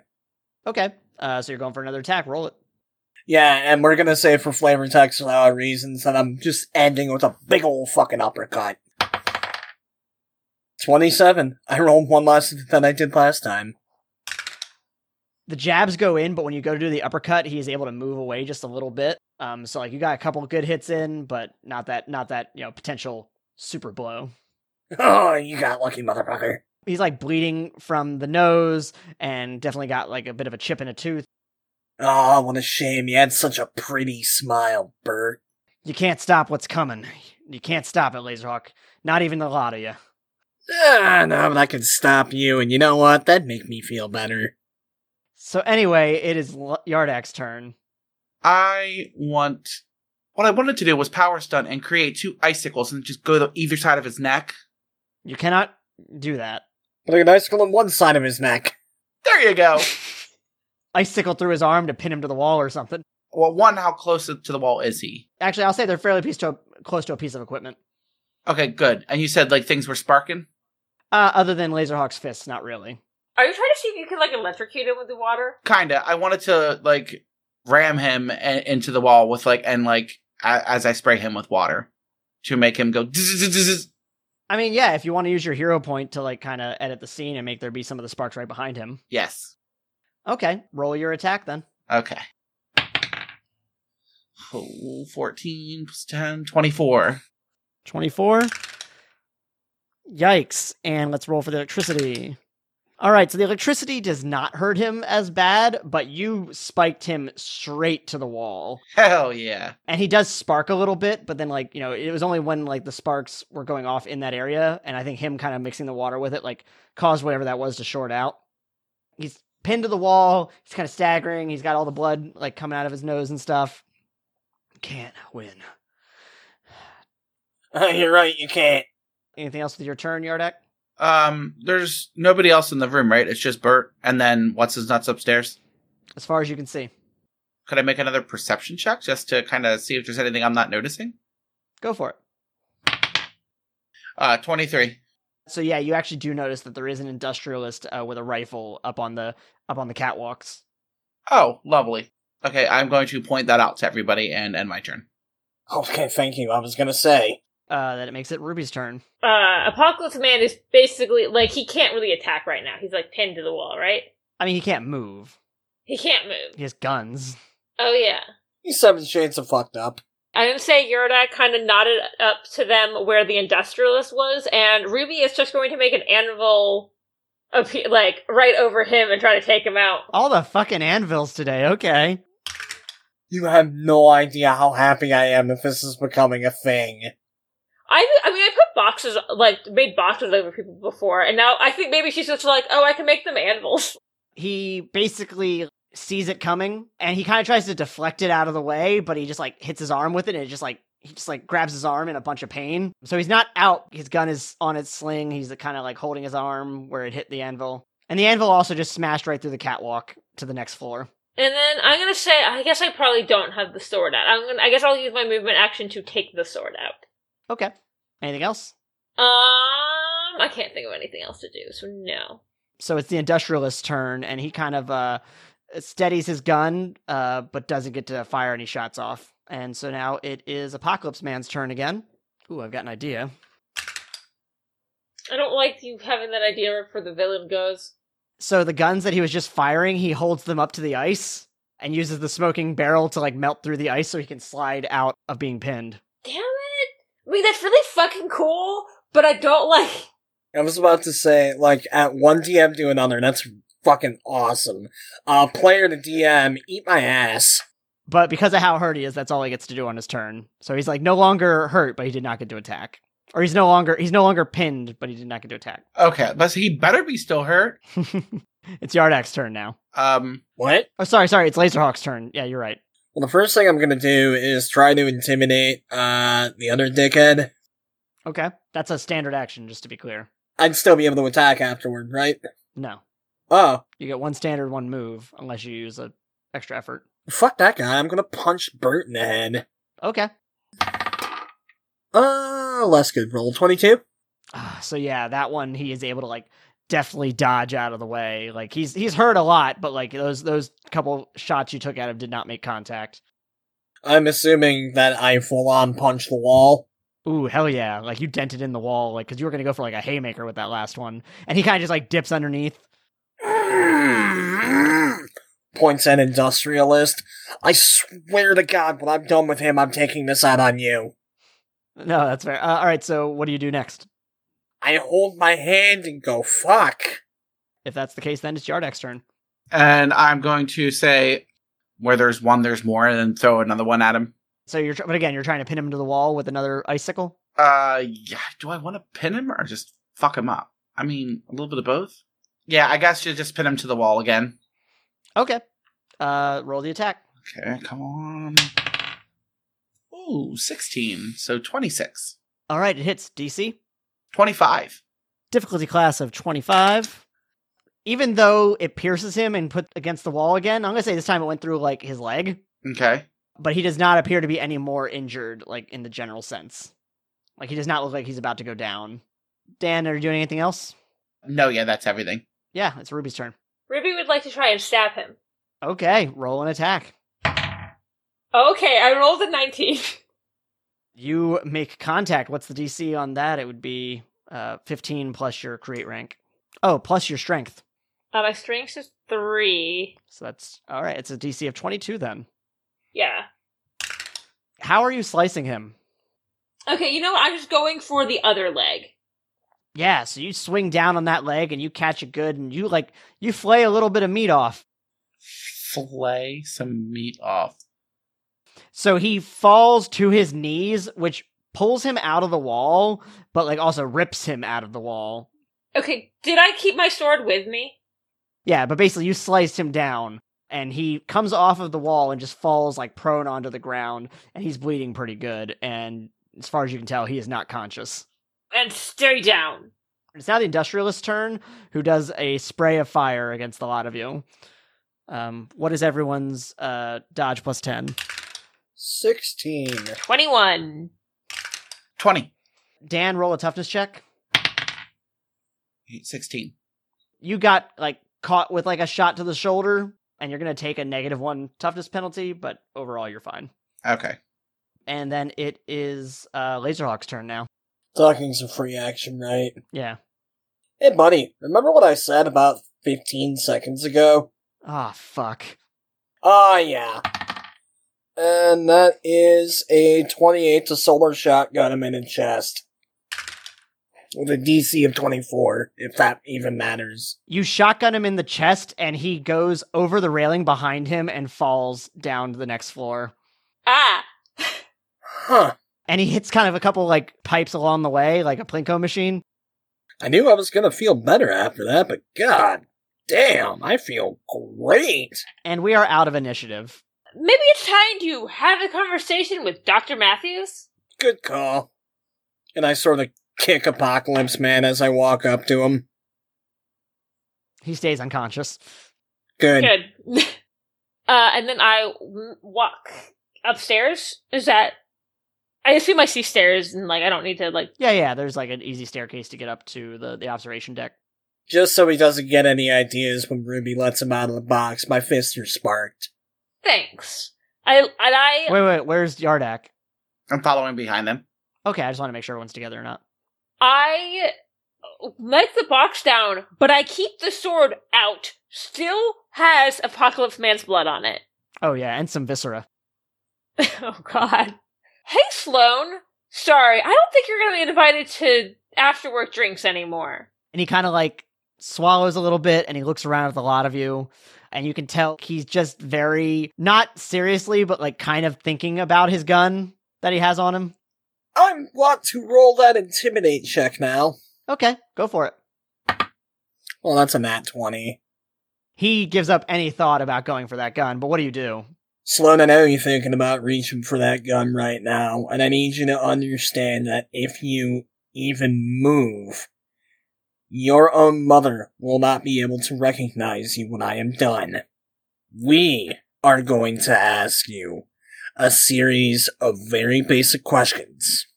Okay, uh, so you're going for another attack. Roll it.
Yeah, and we're gonna say for flavor text for our reasons that I'm just ending with a big ol' fucking uppercut. 27. I rolled one less than I did last time.
the jabs go in, but when you go to do the uppercut, he is able to move away just a little bit. Um, so like you got a couple good hits in, but not that not that you know potential super blow.
Oh, you got lucky, motherfucker.
He's like bleeding from the nose and definitely got like a bit of a chip in a tooth.
Oh, what a shame. You had such a pretty smile, Bert.
You can't stop what's coming. You can't stop it, Laserhawk. Not even the lot of you.
Ah, no, but I could stop you, and you know what? That'd make me feel better.
So anyway, it is L- Yardak's turn.
I want. What I wanted to do was power stunt and create two icicles and just go to either side of his neck.
You cannot do that.
Put an icicle on one side of his neck.
There you go.
Icicle through his arm to pin him to the wall or something.
well, one, how close to the wall is he?
Actually, I'll say they're fairly piece to a, close to a piece of equipment.
Okay, good. And you said like things were sparking.
Uh, other than Laserhawk's fists, not really.
Are you trying to see if you can like electrocute him with the water?
Kinda. I wanted to like ram him a- into the wall with like and like a- as I spray him with water to make him go. "Dzz-dzz-dzz-dzz."
I mean, yeah, if you want to use your hero point to like kind of edit the scene and make there be some of the sparks right behind him.
Yes.
Okay, roll your attack then.
Okay. Oh, 14 plus 10, 24.
24. Yikes. And let's roll for the electricity. All right, so the electricity does not hurt him as bad, but you spiked him straight to the wall.
Hell yeah.
And he does spark a little bit, but then like, you know, it was only when like the sparks were going off in that area and I think him kind of mixing the water with it like caused whatever that was to short out. He's pinned to the wall, he's kind of staggering, he's got all the blood like coming out of his nose and stuff. Can't win.
Oh, you're right, you can't.
Anything else with your turn, Yardak?
Um, there's nobody else in the room, right? It's just Bert and then what's his nuts upstairs.
As far as you can see.
Could I make another perception check just to kind of see if there's anything I'm not noticing?
Go for it.
Uh, 23.
So yeah, you actually do notice that there is an industrialist uh, with a rifle up on the up on the catwalks.
Oh, lovely. Okay, I'm going to point that out to everybody and end my turn.
Okay, thank you. I was gonna say.
Uh, that it makes it Ruby's turn.
Uh, Apocalypse Man is basically like he can't really attack right now. He's like pinned to the wall, right?
I mean, he can't move.
He can't move.
He has guns.
Oh yeah.
He's seven shades of fucked up.
I'm gonna say Yurda kind of nodded up to them where the industrialist was, and Ruby is just going to make an anvil, appe- like right over him and try to take him out.
All the fucking anvils today. Okay.
You have no idea how happy I am that this is becoming a thing.
I, I mean, I put boxes, like made boxes over people before, and now I think maybe she's just like, oh, I can make them anvils.
He basically sees it coming and he kind of tries to deflect it out of the way, but he just like hits his arm with it and it just like he just like grabs his arm in a bunch of pain. So he's not out. His gun is on its sling. He's kind of like holding his arm where it hit the anvil. And the anvil also just smashed right through the catwalk to the next floor.
And then I'm gonna say, I guess I probably don't have the sword out. I'm gonna, I guess I'll use my movement action to take the sword out.
Okay. Anything else?
Um, I can't think of anything else to do, so no.
So it's the industrialist's turn and he kind of uh steadies his gun uh but doesn't get to fire any shots off. And so now it is Apocalypse Man's turn again. Ooh, I've got an idea.
I don't like you having that idea for the villain goes.
so the guns that he was just firing, he holds them up to the ice and uses the smoking barrel to like melt through the ice so he can slide out of being pinned.
Damn it! I mean, that's really fucking cool, but I don't like.
I was about to say, like, at one DM to another, that's fucking awesome. Uh, player to DM, eat my ass.
But because of how hurt he is, that's all he gets to do on his turn. So he's like no longer hurt, but he did not get to attack. Or he's no longer he's no longer pinned, but he did not get to attack.
Okay, but he better be still hurt.
it's Yardak's turn now.
Um,
What?
Oh sorry, sorry, it's Laserhawk's turn. Yeah, you're right.
Well, the first thing I'm gonna do is try to intimidate, uh, the other dickhead.
Okay. That's a standard action, just to be clear.
I'd still be able to attack afterward, right?
No.
Oh,
You get one standard, one move, unless you use a extra effort.
fuck that guy. I'm gonna punch Bert in the head.
Okay.
Uh, less good roll. 22?
Ah, so yeah, that one he is able to like deftly dodge out of the way. Like he's he's hurt a lot, but like those those couple shots you took at him did not make contact.
I'm assuming that I full on punch the wall.
Ooh, hell yeah! Like you dented in the wall, like because you were gonna go for like a haymaker with that last one, and he kind of just like dips underneath.
Points at industrialist. I swear to God, when I'm done with him, I'm taking this out on you.
No, that's fair. Uh, all right, so what do you do next?
I hold my hand and go, fuck.
If that's the case, then it's Yardak's turn.
and I'm going to say where there's one, there's more, and then throw another one at him.
So you're, tr- but again, you're trying to pin him to the wall with another icicle.
Uh, yeah. Do I want to pin him or just fuck him up? I mean, a little bit of both. Yeah, I guess you just pin him to the wall again.
Okay. Uh, roll the attack.
Okay, come on. Ooh, 16. So 26.
All right, it hits DC.
25.
difficulty class of 25. Even though it pierces him and put against the wall again, I'm going to say this time it went through like his leg,
Okay.
but he does not appear to be any more injured like in the general sense. Like he does not look like he's about to go down. Dan, are you doing anything else?
No, yeah, that's everything.
Yeah, it's Ruby's turn.
Ruby would like to try and stab him.
Okay, roll an attack.
Okay, I rolled a 19.
You make contact. What's the DC on that? It would be uh 15 plus your create rank. Oh, plus your strength.
Uh, my strength is 3.
So that's all right. It's a DC of 22 then.
Yeah.
How are you slicing him?
Okay, you know what? I'm just going for the other leg.
Yeah, so you swing down on that leg and you catch it good and you like you flay a little bit of meat off.
Flay some meat off.
So he falls to his knees, which pulls him out of the wall, but like also rips him out of the wall.
Okay, did I keep my sword with me?
Yeah, but basically you sliced him down and he comes off of the wall and just falls like prone onto the ground and he's bleeding pretty good and as far as you can tell he is not conscious.
And stay down.
It's now the industrialist's turn who does a spray of fire against the lot of you. Um, what is everyone's uh, dodge plus 10?
16.
21.
20.
Dan, roll a toughness check.
16.
You got like caught with like a shot to the shoulder, and you're gonna take a negative one toughness penalty, but overall you're fine.
Okay.
And then it is uh, Laserhawk's turn now.
Talking's a free action, right?
Yeah.
Hey, buddy, remember what I said about 15 seconds ago?
Ah, fuck.
Ah, yeah. And that is a 28 to solar shotgun him in the chest. With a DC of 24, if that even matters.
You shotgun him in the chest, and he goes over the railing behind him and falls down to the next floor.
Ah!
Huh.
and he hits kind of a couple like pipes along the way, like a plinko machine.
I knew I was going to feel better after that, but god damn, I feel great.
And we are out of initiative.
Maybe it's time to have a conversation with Dr. Matthews.
Good call. And I sort of kick Apocalypse Man as I walk up to him.
He stays unconscious.
Good.
Good. uh, and then I w- walk upstairs. Is that? I assume I see stairs, and like I don't need to like.
Yeah, yeah. There's like an easy staircase to get up to the, the observation deck.
Just so he doesn't get any ideas when Ruby lets him out of the box, my fists are sparked.
Thanks. I and I
Wait, wait. Where's Yardak?
I'm following behind them.
Okay, I just want to make sure everyone's together or not.
I let the box down, but I keep the sword out. Still has Apocalypse Man's blood on it.
Oh yeah, and some viscera.
oh God. Hey Sloane. Sorry, I don't think you're gonna be invited to after work drinks anymore.
And he kind of like swallows a little bit, and he looks around at the lot of you, and you can tell he's just very not seriously, but like kind of thinking about his gun that he has on him.
I want to roll that intimidate check now.
Okay, go for it.
Well, that's a nat 20.
He gives up any thought about going for that gun, but what do you do?
Sloan, I know you're thinking about reaching for that gun right now, and I need you to understand that if you even move, your own mother will not be able to recognize you when I am done. We are going to ask you a series of very basic questions,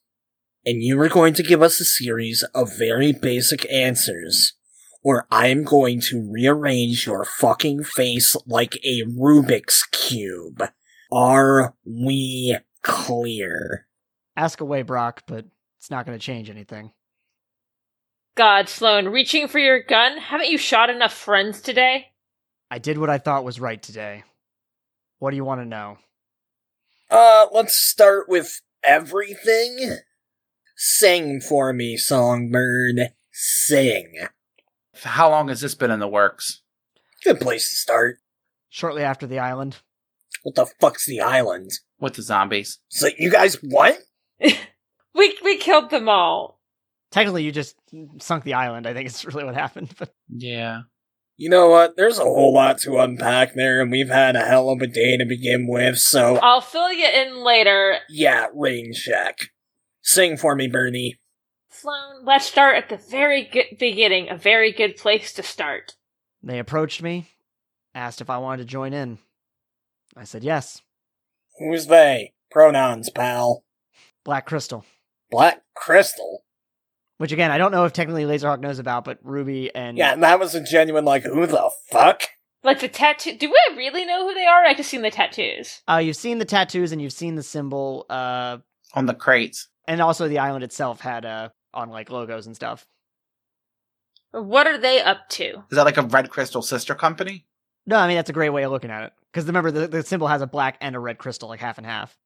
and you are going to give us a series of very basic answers, or I am going to rearrange your fucking face like a Rubik's Cube. Are we clear?
Ask away, Brock, but it's not going to change anything.
God, Sloane, reaching for your gun? Haven't you shot enough friends today?
I did what I thought was right today. What do you want to know?
Uh, let's start with everything. Sing for me, songbird. Sing.
How long has this been in the works?
Good place to start.
Shortly after the island,
What the fuck's the island?
With the zombies.
So you guys what?
We we killed them all.
technically you just sunk the island. I think it's really what happened. But
Yeah.
You know what? There's a whole lot to unpack there, and we've had a hell of a day to begin with, so
I'll fill you in later.
yeah, rain check. Sing for me, Bernie.
Sloane, let's start at the very good beginning, a very good place to start.
they approached me, asked if I wanted to join in. I said yes.
Who's they? Pronouns, pal.
Black Crystal,
Black Crystal.
which again I don't know if technically Laserhawk knows about, but Ruby and
Yeah, and that was a genuine, like, who the fuck?
Like the tattoo. Do I really know who they are? I just seen the tattoos.
uh, you've seen the tattoos and you've seen the symbol, uh,
On the crates.
and also the island itself had uh, on like logos and stuff.
What are they up to?
Is that like a Red Crystal sister company?
No, I mean that's a great way of looking at it because remember the, the symbol has a black and a red crystal, like half and half.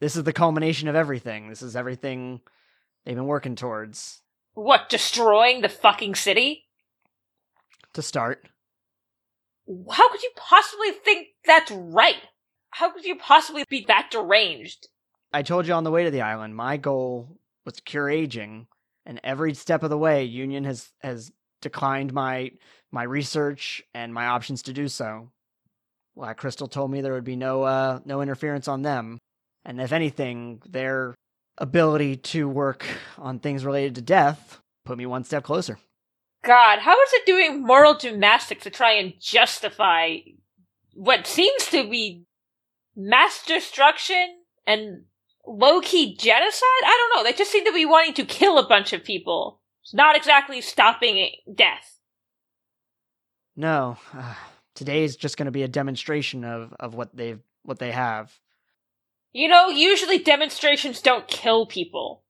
This is the culmination of everything. This is everything they've been working towards
What, destroying the fucking city?
to start.
How could you possibly think that's right? How could you possibly be that deranged?
I told you on the way to the island, my goal was to cure aging, and every step of the way, Union has has declined my my research and my options to do so. Black Crystal told me there would be no uh, no interference on them, and if anything, their ability to work on things related to death put me one step closer.
God, how is it doing moral gymnastics to try and justify what seems to be mass destruction and low key genocide? I don't know. They just seem to be wanting to kill a bunch of people. It's not exactly stopping death.
No, uh, today is just going to be a demonstration of of what they've what they have.
You know, usually demonstrations don't kill people.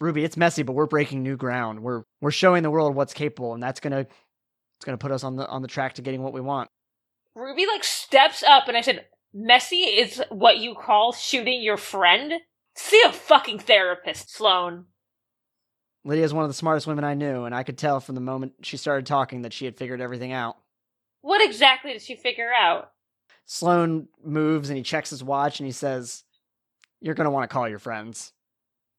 Ruby, it's messy, but we're breaking new ground. We're we're showing the world what's capable, and that's gonna it's gonna put us on the on the track to getting what we want.
Ruby like steps up and I said, Messy is what you call shooting your friend? See a fucking therapist, Sloan.
Lydia's one of the smartest women I knew, and I could tell from the moment she started talking that she had figured everything out.
What exactly did she figure out?
Sloan moves and he checks his watch and he says, You're going to want to call your friends.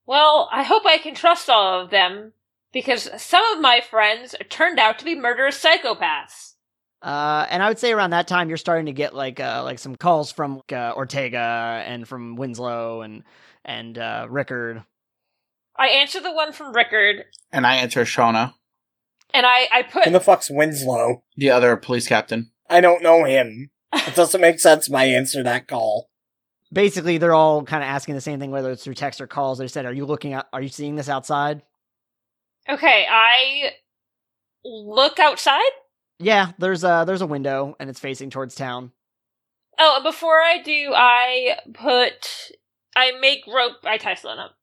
Well, I hope I can trust all of them because some of my friends turned out to be murderous psychopaths.
Uh, and I would say around that time, you're starting to get like uh, like some calls from uh, Ortega and from Winslow and and uh, Rickard.
I answered the one from Rickard,
And I enter Shauna,
and I I put
Who the fuck's Winslow?
the other police captain.
I don't know him. It doesn't make sense my answer that call.
Basically, they're all kind of asking the same thing, whether it's through text or calls. They said, "Are you looking out? Are you seeing this outside?"
okay. I look outside.
Yeah, there's a there's a window and it's facing towards town.
Oh, and before I do, I put I make rope. I tie Sloan up.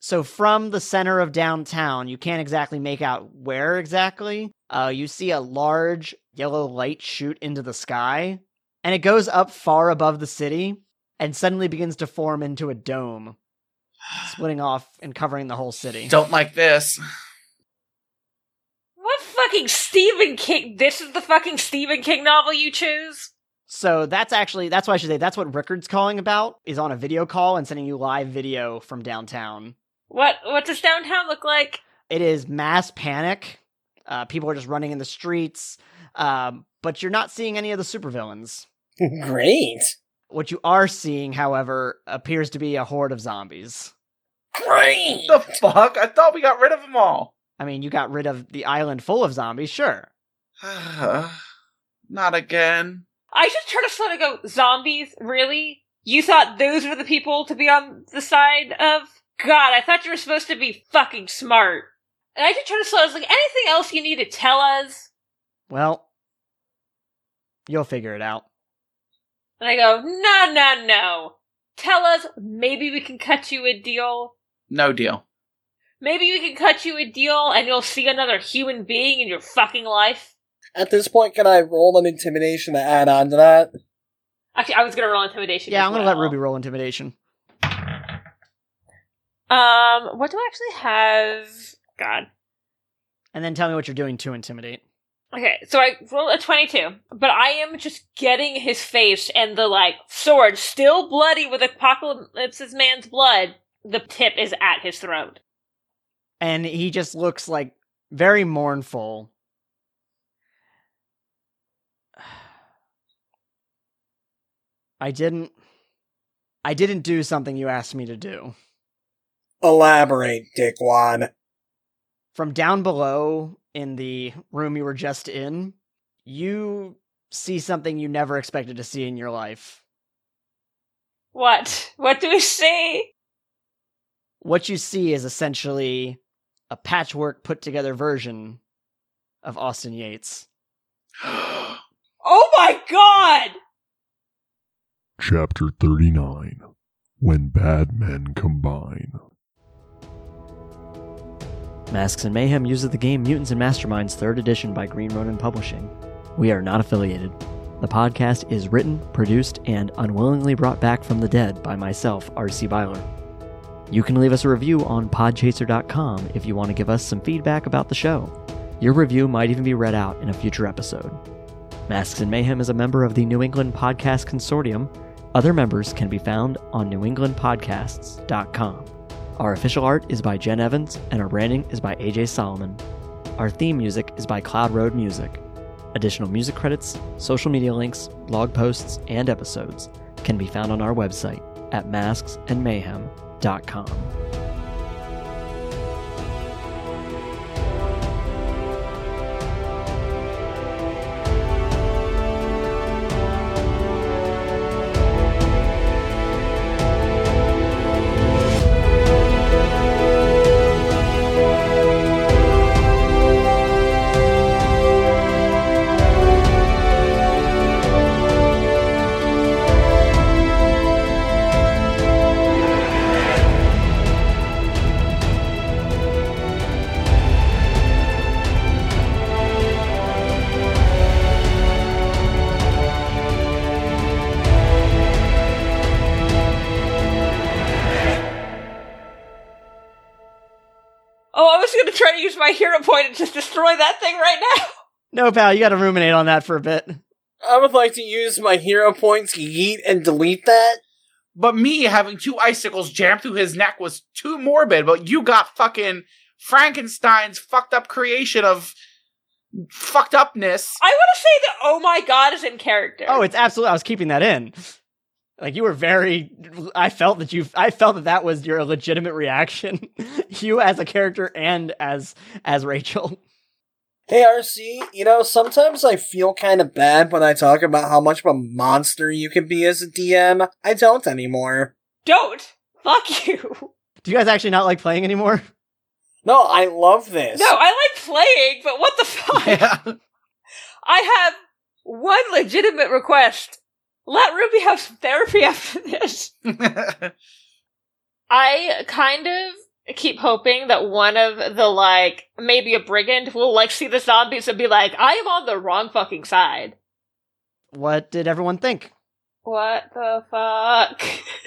So from the center of downtown, you can't exactly make out where exactly. Uh, you see a large yellow light shoot into the sky, and it goes up far above the city, and suddenly begins to form into a dome, splitting off and covering the whole city.
Don't like this.
What fucking Stephen King? This is the fucking Stephen King novel you choose.
So that's actually that's why I should say that's what Rickard's calling about is on a video call and sending you live video from downtown.
What what does downtown look like?
it is mass panic. Uh, people are just running in the streets, um, but you're not seeing any of the supervillains.
Great.
What you are seeing, however, appears to be a horde of zombies.
Great.
The fuck? I thought we got rid of them all.
I mean, you got rid of the island full of zombies, sure.
Not again.
I just turned to Sloan and go, zombies? Really? You thought those were the people to be on the side of? God, I thought you were supposed to be fucking smart. And I just turned to Sloan and was like, anything else you need to tell us?
Well, you'll figure it out.
And I go, no, no, no. Tell us, maybe we can cut you a deal.
No deal.
Maybe we can cut you a deal and you'll see another human being in your fucking life.
At this point, can I roll an intimidation to add on to that?
Actually, I was gonna roll intimidation.
Yeah,
as
I'm gonna
well.
let Ruby roll intimidation.
Um, what do I actually have? God.
And then tell me what you're doing to intimidate.
Okay, so I rolled a 22, but I am just getting his face and the, like, sword still bloody with Apocalypse's man's blood. The tip is at his throat.
And he just looks like very mournful. I didn't I didn't do something you asked me to do.
Elaborate, dickwad.
from down below in the room you were just in, you see something you never expected to see in your life.
What? What do we see?
What you see is essentially a patchwork put together version of Austin Yates.
Oh my god!
Chapter 39 When Bad Men Combine.
Masks and Mayhem uses the game Mutants and Masterminds 3rd Edition by Green Ronin Publishing. We are not affiliated. The podcast is written, produced, and unwillingly brought back from the dead by myself, RC Byler. You can leave us a review on podchaser.com if you want to give us some feedback about the show. Your review might even be read out in a future episode. Masks and Mayhem is a member of the New England Podcast Consortium. Other members can be found on newenglandpodcasts.com. Our official art is by Jen Evans, and our branding is by AJ Solomon. Our theme music is by Cloud Road Music. Additional music credits, social media links, blog posts, and episodes can be found on our website at masksandmayhem.com.
Oh, I was gonna try to use my hero point and just destroy that thing right now.
No, pal, you gotta ruminate on that for a bit.
I would like to use my hero points to yeet and delete that.
But me having two icicles jammed through his neck was too morbid. But you got fucking Frankenstein's fucked up creation of fucked upness.
I want to say that oh my god is in character.
Oh, it's absolutely. I was keeping that in. Like you were very. I felt that you. I felt that that was your legitimate reaction. you as a character and as as Rachel.
Hey RC, you know, sometimes I feel kind of bad when I talk about how much of a monster you can be as a DM. I don't anymore.
Don't fuck you.
Do you guys actually not like playing anymore?
No, I love this.
No, I like playing, but what the fuck?
Yeah.
I have one legitimate request. Let Ruby have some therapy after this. I kind of keep hoping that one of the like maybe a brigand will like see the zombies and be like, I am on the wrong fucking side.
What did everyone think?
What the fuck?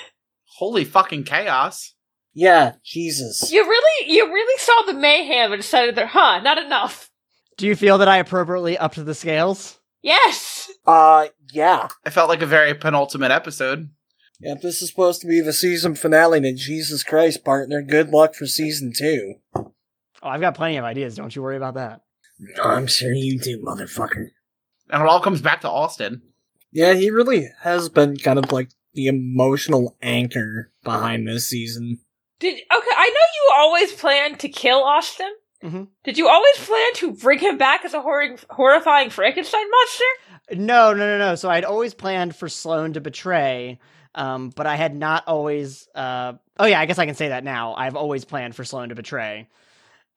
Holy fucking chaos.
Yeah, Jesus.
You really you really saw the mayhem and decided there, huh, not enough.
Do you feel that I appropriately upped the scales?
Yes.
Uh, yeah.
It felt like a very penultimate episode.
If this is supposed to be the season finale, then Jesus Christ, partner, good luck for season two.
Oh, I've got plenty of ideas. Don't you worry about that.
I'm sure you do, motherfucker.
And it all comes back to Austin.
Yeah, he really has been kind of like the emotional anchor behind this season.
Did okay, I know you always planned to kill Austin.
Mhm.
Did you always plan to bring him back as a horri horrifying Frankenstein monster?
No, no, no, no. So I'd always planned for Sloane to betray, um, but I had not always. Uh, oh yeah, I guess I can say that now. I've always planned for Sloane to betray,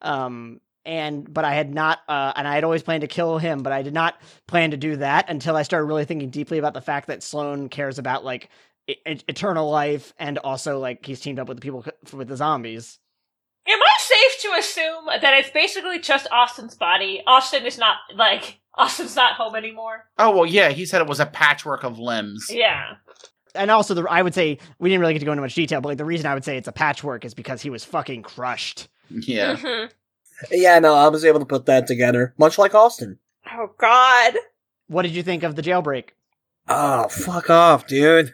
um, and but I had not, uh, and I had always planned to kill him, but I did not plan to do that until I started really thinking deeply about the fact that Sloane cares about like e- e- eternal life, and also like he's teamed up with the people with the zombies.
Am I safe to assume that it's basically just Austin's body? Austin is not like Austin's not home anymore.
Oh, well, yeah, he said it was a patchwork of limbs.
Yeah.
and also the I would say we didn't really get to go into much detail, but like the reason I would say it's a patchwork is because he was fucking crushed.
Yeah.
Mhm.
Yeah, no, I was able to put that together, much like Austin.
Oh God.
What did you think of the jailbreak?
Oh, fuck off, dude.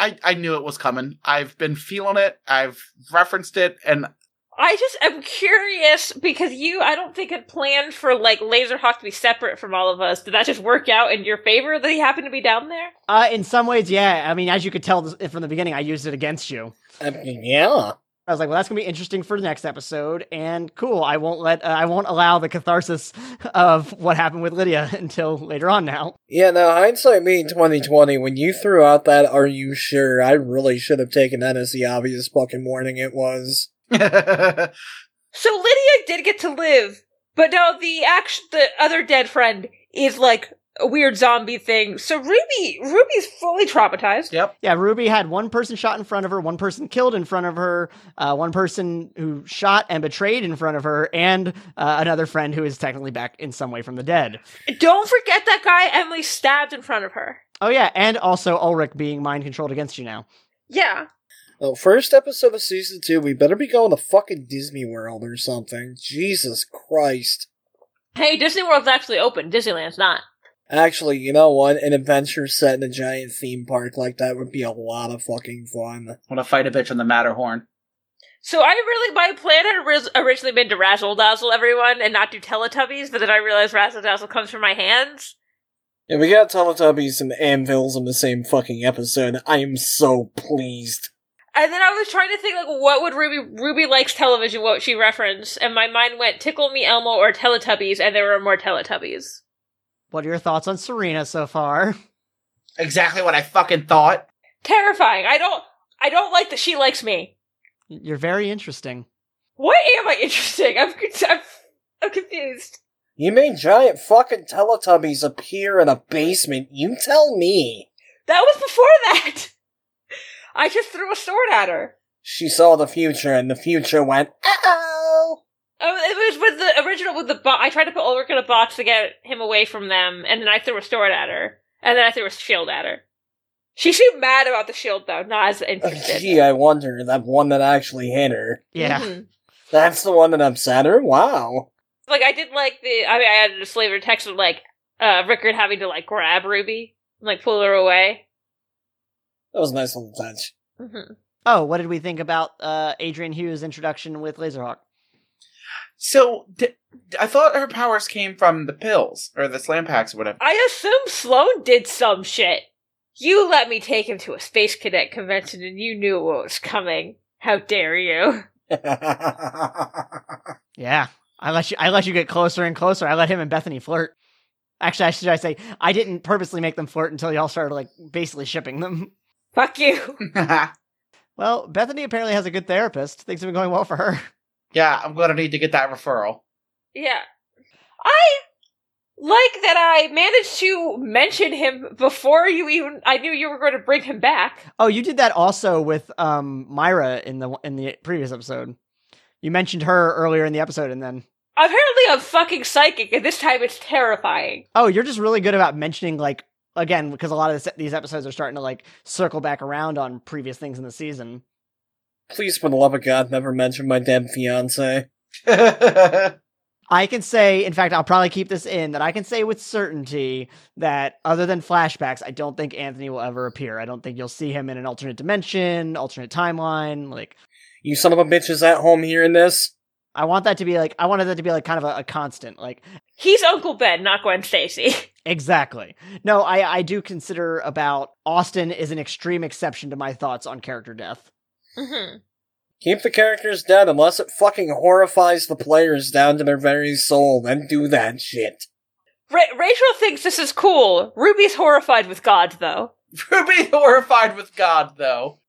I, I, I knew it was coming. I've been feeling it. I've referenced it. And
I just am curious because you, I don't think had planned for like Laserhawk to be separate from all of us. Did that just work out in your favor that he happened to be down there?
Uh, in some ways, yeah. I mean, as you could tell th- from the beginning, I used it against you.
I mean, yeah.
I was like, well, that's gonna be interesting for the next episode, and cool. I won't let uh, I won't allow the catharsis of what happened with Lydia until later on. Now,
Yeah, no, hindsight being 2020, when you threw out that, are you sure? I really should have taken that as the obvious fucking warning it was.
So Lydia did get to live, but no, the act, the other dead friend is like a weird zombie thing. So Ruby, Ruby's fully traumatized.
yep.
yeah, Ruby had one person shot in front of her, one person killed in front of her, uh, one person who shot and betrayed in front of her, and uh, another friend who is technically back in some way from the dead.
Don't forget that guy Emily stabbed in front of her.
Oh yeah, and also Ulrich being mind controlled against you now.
Yeah.
Well, Oh, first episode of season two, we better be going to fucking Disney World or something. Jesus Christ.
Hey, Disney World's actually open. Disneyland's not.
Actually, you know what? An adventure set in a giant theme park like that would be a lot of fucking fun.
Want to fight a bitch on the Matterhorn.
So I really, my plan had oris- originally been to razzle dazzle everyone and not do Teletubbies, but then I realized razzle dazzle comes from my hands.
Yeah, we got Teletubbies and Anvils in the same fucking episode. I am so pleased.
And then I was trying to think like, what would Ruby Ruby likes television? What would she reference? And my mind went Tickle Me Elmo or Teletubbies, and there were more Teletubbies.
What are your thoughts on Serena so far?
Exactly what I fucking thought.
Terrifying. I don't. I don't like that she likes me.
You're very interesting.
What am I interesting? I'm. con- I'm, I'm confused.
You made giant fucking Teletubbies appear in a basement. You tell me.
That was before that. I just threw a sword at her.
She saw the future and the future went, uh oh.
Oh, it was with the original with the box. I tried to put Ulrich in a box to get him away from them, and then I threw a sword at her, and then I threw a shield at her. She seemed mad about the shield though, not as interested.
Gee, uh, I wonder, that one that actually hit her.
Yeah.
Mhm.
That's the one that upset her? Wow.
Like I did like the. I mean, I added a slaver text of like uh Rickard having to like grab Ruby and like pull her away.
That was a nice little touch.
Mhm.
Oh, what did we think about uh, Adrian Hughes' introduction with Laserhawk?
So d- I thought her powers came from the pills or the slam packs or whatever.
I assume Sloan did some shit. You let me take him to a Space Cadet convention and you knew what was coming. How dare you?
Yeah, I let you. I let you get closer and closer. I let him and Bethany flirt. Actually, I should I say I didn't purposely make them flirt until y'all started like basically shipping them.
Fuck you.
Well, Bethany apparently has a good therapist. Things have been going well for her.
yeah, I'm gonna need to get that referral.
Yeah. I like that I managed to mention him before you even I knew you were going to bring him back.
Oh, you did that also with um Myra in the in the previous episode. You mentioned her earlier in the episode, and then
Apparently I'm fucking psychic and this time it's terrifying.
oh, you're just really good about mentioning like again because a lot of this, these episodes are starting to like circle back around on previous things in the season.
Please, for the love of God, never mention my dead fiance.
I can say, in fact, I'll probably keep this in that I can say with certainty that other than flashbacks, I don't think Anthony will ever appear. I don't think you'll see him in an alternate dimension, alternate timeline. Like,
You son of a bitch is at home hearing this.
I want that to be like, I wanted that to be like kind of a, a constant. Like,
He's Uncle Ben, not Gwen Stacy.
exactly. No, I, I do consider about Austin is an extreme exception to my thoughts on character death.
mm-hmm.
Keep the characters dead unless it fucking horrifies the players down to their very soul. Then do that shit.
Ra- Rachel thinks this is cool. Ruby's horrified with God, though.
Ruby horrified with God though.